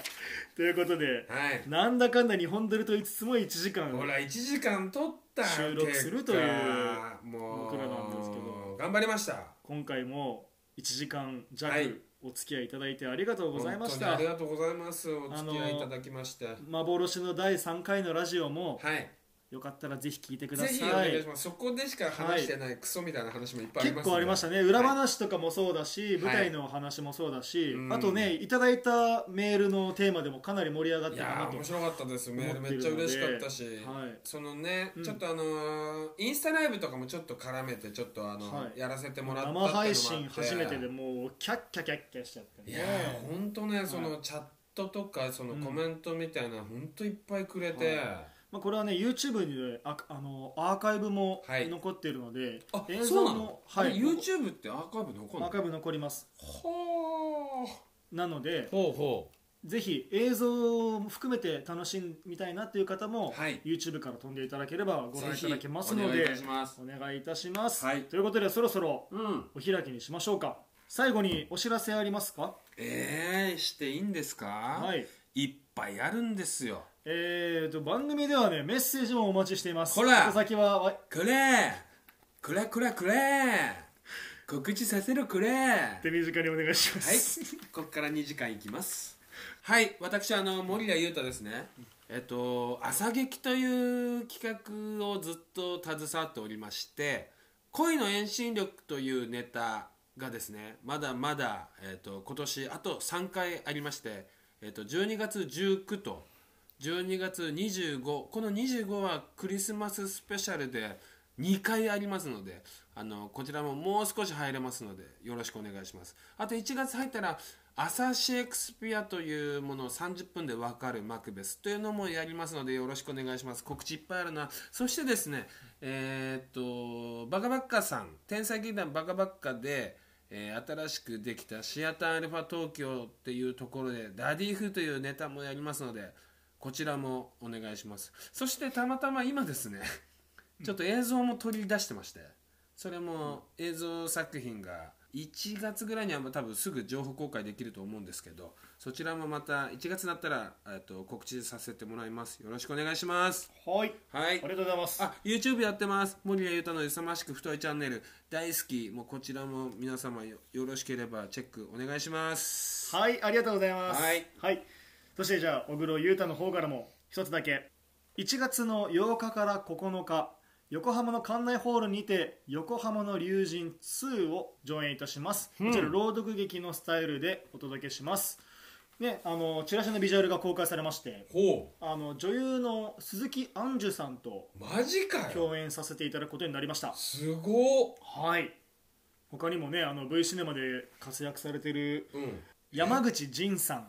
S1: ということで
S2: い
S1: なんだかんだ日本撮りと言いつつも1時間
S2: ほら1時間取った
S1: 収録するという
S2: 結果もう
S1: 僕らなんですけど
S2: 頑張りました
S1: 今回も1時間
S2: はい
S1: 弱お付き合いいただいてありがとうございまし
S2: 本
S1: た、
S2: 当にありがとうございますお付き合いいただきまして、
S1: 幻の第3回のラジオも
S2: はい
S1: よかったらぜひ聞いてくだ
S2: ぜ
S1: さい
S2: ひお願いしますそこでしか話してないクソみたいな話もいっぱいあります
S1: 結構ありましたね裏話とかもそうだし、
S2: い
S1: 舞台の話もそうだし、
S2: うん
S1: あとねいただいたメールのテーマでもかなり盛り上がっ
S2: い
S1: たかな
S2: やー
S1: と
S2: 面白かったですメール
S1: 思っ
S2: め
S1: て
S2: っ
S1: る
S2: ちゃ
S1: ので
S2: 嬉しかったし、
S1: はい
S2: そのね、
S1: うん
S2: ちょっとあのーインスタライブとかもちょっと絡めてちょっとあの、
S1: はい
S2: やらせてもらったっていうの
S1: 生
S2: もあって
S1: 配信初めてでもうキャッキャキャッキャしちゃって
S2: い
S1: ね
S2: やー本当ねその、チャットとかその
S1: うん
S2: コメントみたいな本当いっぱいくれて、
S1: はまあ、これはね YouTube にねああのアーカイブも
S2: はい
S1: 残ってるので、
S2: あ
S1: 映
S2: そう
S1: 像
S2: な
S1: も
S2: の、
S1: は
S2: あれ
S1: い、
S2: YouTube ってアーカイブ残る
S1: ア
S2: の
S1: ーカイブ残ります
S2: ほー
S1: なので
S3: ほうほ
S1: ぜひ映像も含めて楽しみたいなっていう方も、
S2: はい
S1: YouTube から飛んでいただければご覧いただけます
S2: ぜ
S1: の
S2: ひお願いい
S1: で
S2: たします
S1: お願いいたします、
S2: はい
S1: ということでそろそろ
S3: うん
S1: お開きにしましょうか最後にお知らせありますか
S3: えー、していいんですか
S1: は、い
S3: いっぱいあるんですよ
S1: えー、と番組ではねメッセージもお待ちしています
S3: ほら
S1: 宛先はわ
S3: くれくれくれくれ告知させろくれは
S1: 手短にお願いしま
S3: い
S1: す、
S3: こっから2時間いきますはい私あの森谷裕太ですねえっと「朝劇」という企画をずっと携わっておりまして「恋の遠心力」というネタがですねまだまだ、えっと、今年あと3回ありまして、えっと、12月19と12月25この25はクリスマススペシャルで2回ありますのであのこちらももう少し入れますのでよろしくお願いしますあと1月入ったら「朝シェイクスピア」というものを30分でわかるマクベスというのもやりますのでよろしくお願いします告知いっぱいあるなそしてですねえーっとバカバッカさん天才劇団バカバッカでえー新しくできたシアターアルファ東京っていうところでダディ風というネタもやりますのでこちらもお願いしますそしてたまたま今ですねちょっと映像も取り出してましてそれも映像作品が1月ぐらいには多分すぐ情報公開できると思うんですけどそちらもまた1月になったら、えっと、告知させてもらいますよろしくお願いします
S1: はい、
S3: は
S1: あり
S3: い
S1: がとうございます
S3: あ YouTube やってます森谷裕太の勇ましく太いチャンネル大好きもうこちらも皆様よよろしければチェックお願いします
S1: はい、ありがとうございます。
S3: はい、
S1: そしてじゃあ小黒裕太の方からも一つだけ。1月の8日から9日、横浜の館内ホールにて横浜の龍神2を上演いたします。こちら朗読劇のスタイルでお届けします。ね、あのチラシのビジュアルが公開されまして、
S2: ほ
S1: あの女優の鈴木杏樹さんと
S2: うマジかよ
S1: 共演させていただくことになりました。
S2: すごっ
S1: はい。他にもね、あの V シネマで活躍されてる
S2: うん
S1: 山口仁さん。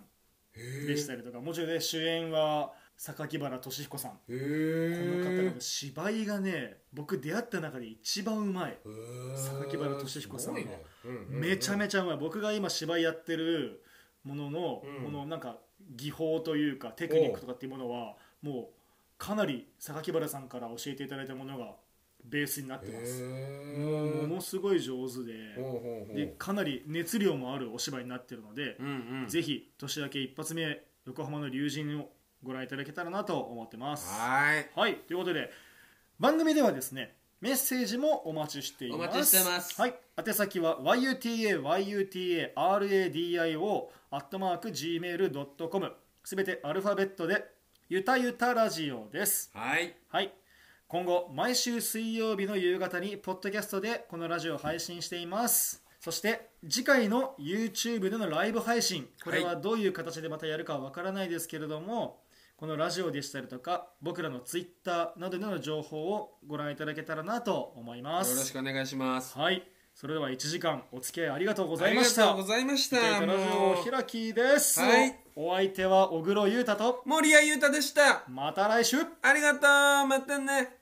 S2: へ
S1: で
S2: え
S1: したりとかもちろんね主演は榊原俊彦さんこ
S2: へ
S1: の方
S2: え
S1: の芝居がね僕出会った中で一番うまい榊原俊彦さんのめちゃ
S2: ち
S1: めちゃうまい僕が今芝居やってるものの、
S2: うん
S1: このなんか技法というかテクニックとかっていうものはもうかなり榊原さんから教えていただいたものがベースになってます、もうものすごい上手ででかなり熱量もあるお芝居になってるので、
S3: うんうん
S1: ぜひ年明け一発目横浜の龍神をご覧いただけたらなと思ってます
S3: はーい
S1: はい、ということで番組ではですねメッセージもお待ちしています
S2: お待ちしてます
S1: はい、宛先は yutayutaradio.gmail.com すべてアルファベットでゆたゆたラジオです
S3: はい
S1: はい今後毎週水曜日の夕方にポッドキャストでこのラジオを配信していますそして次回の YouTube でのライブ配信これはどういう形でまたやるかはわからないですけれども、このラジオでしたりとか僕らの Twitter などでの情報をご覧いただけたらなと思いま
S3: よ
S1: す
S3: ろしくお願いします
S1: はいそれでは1時間お付き合いありがとうご
S3: あ
S1: ざい
S3: り
S1: ま
S3: が
S1: した
S3: とうございました
S1: データラジオ
S3: もう
S1: ひらきです、
S3: はい
S1: お相手は小黒裕太と
S3: 森谷裕太でした
S1: また来週
S3: ありがとうまたね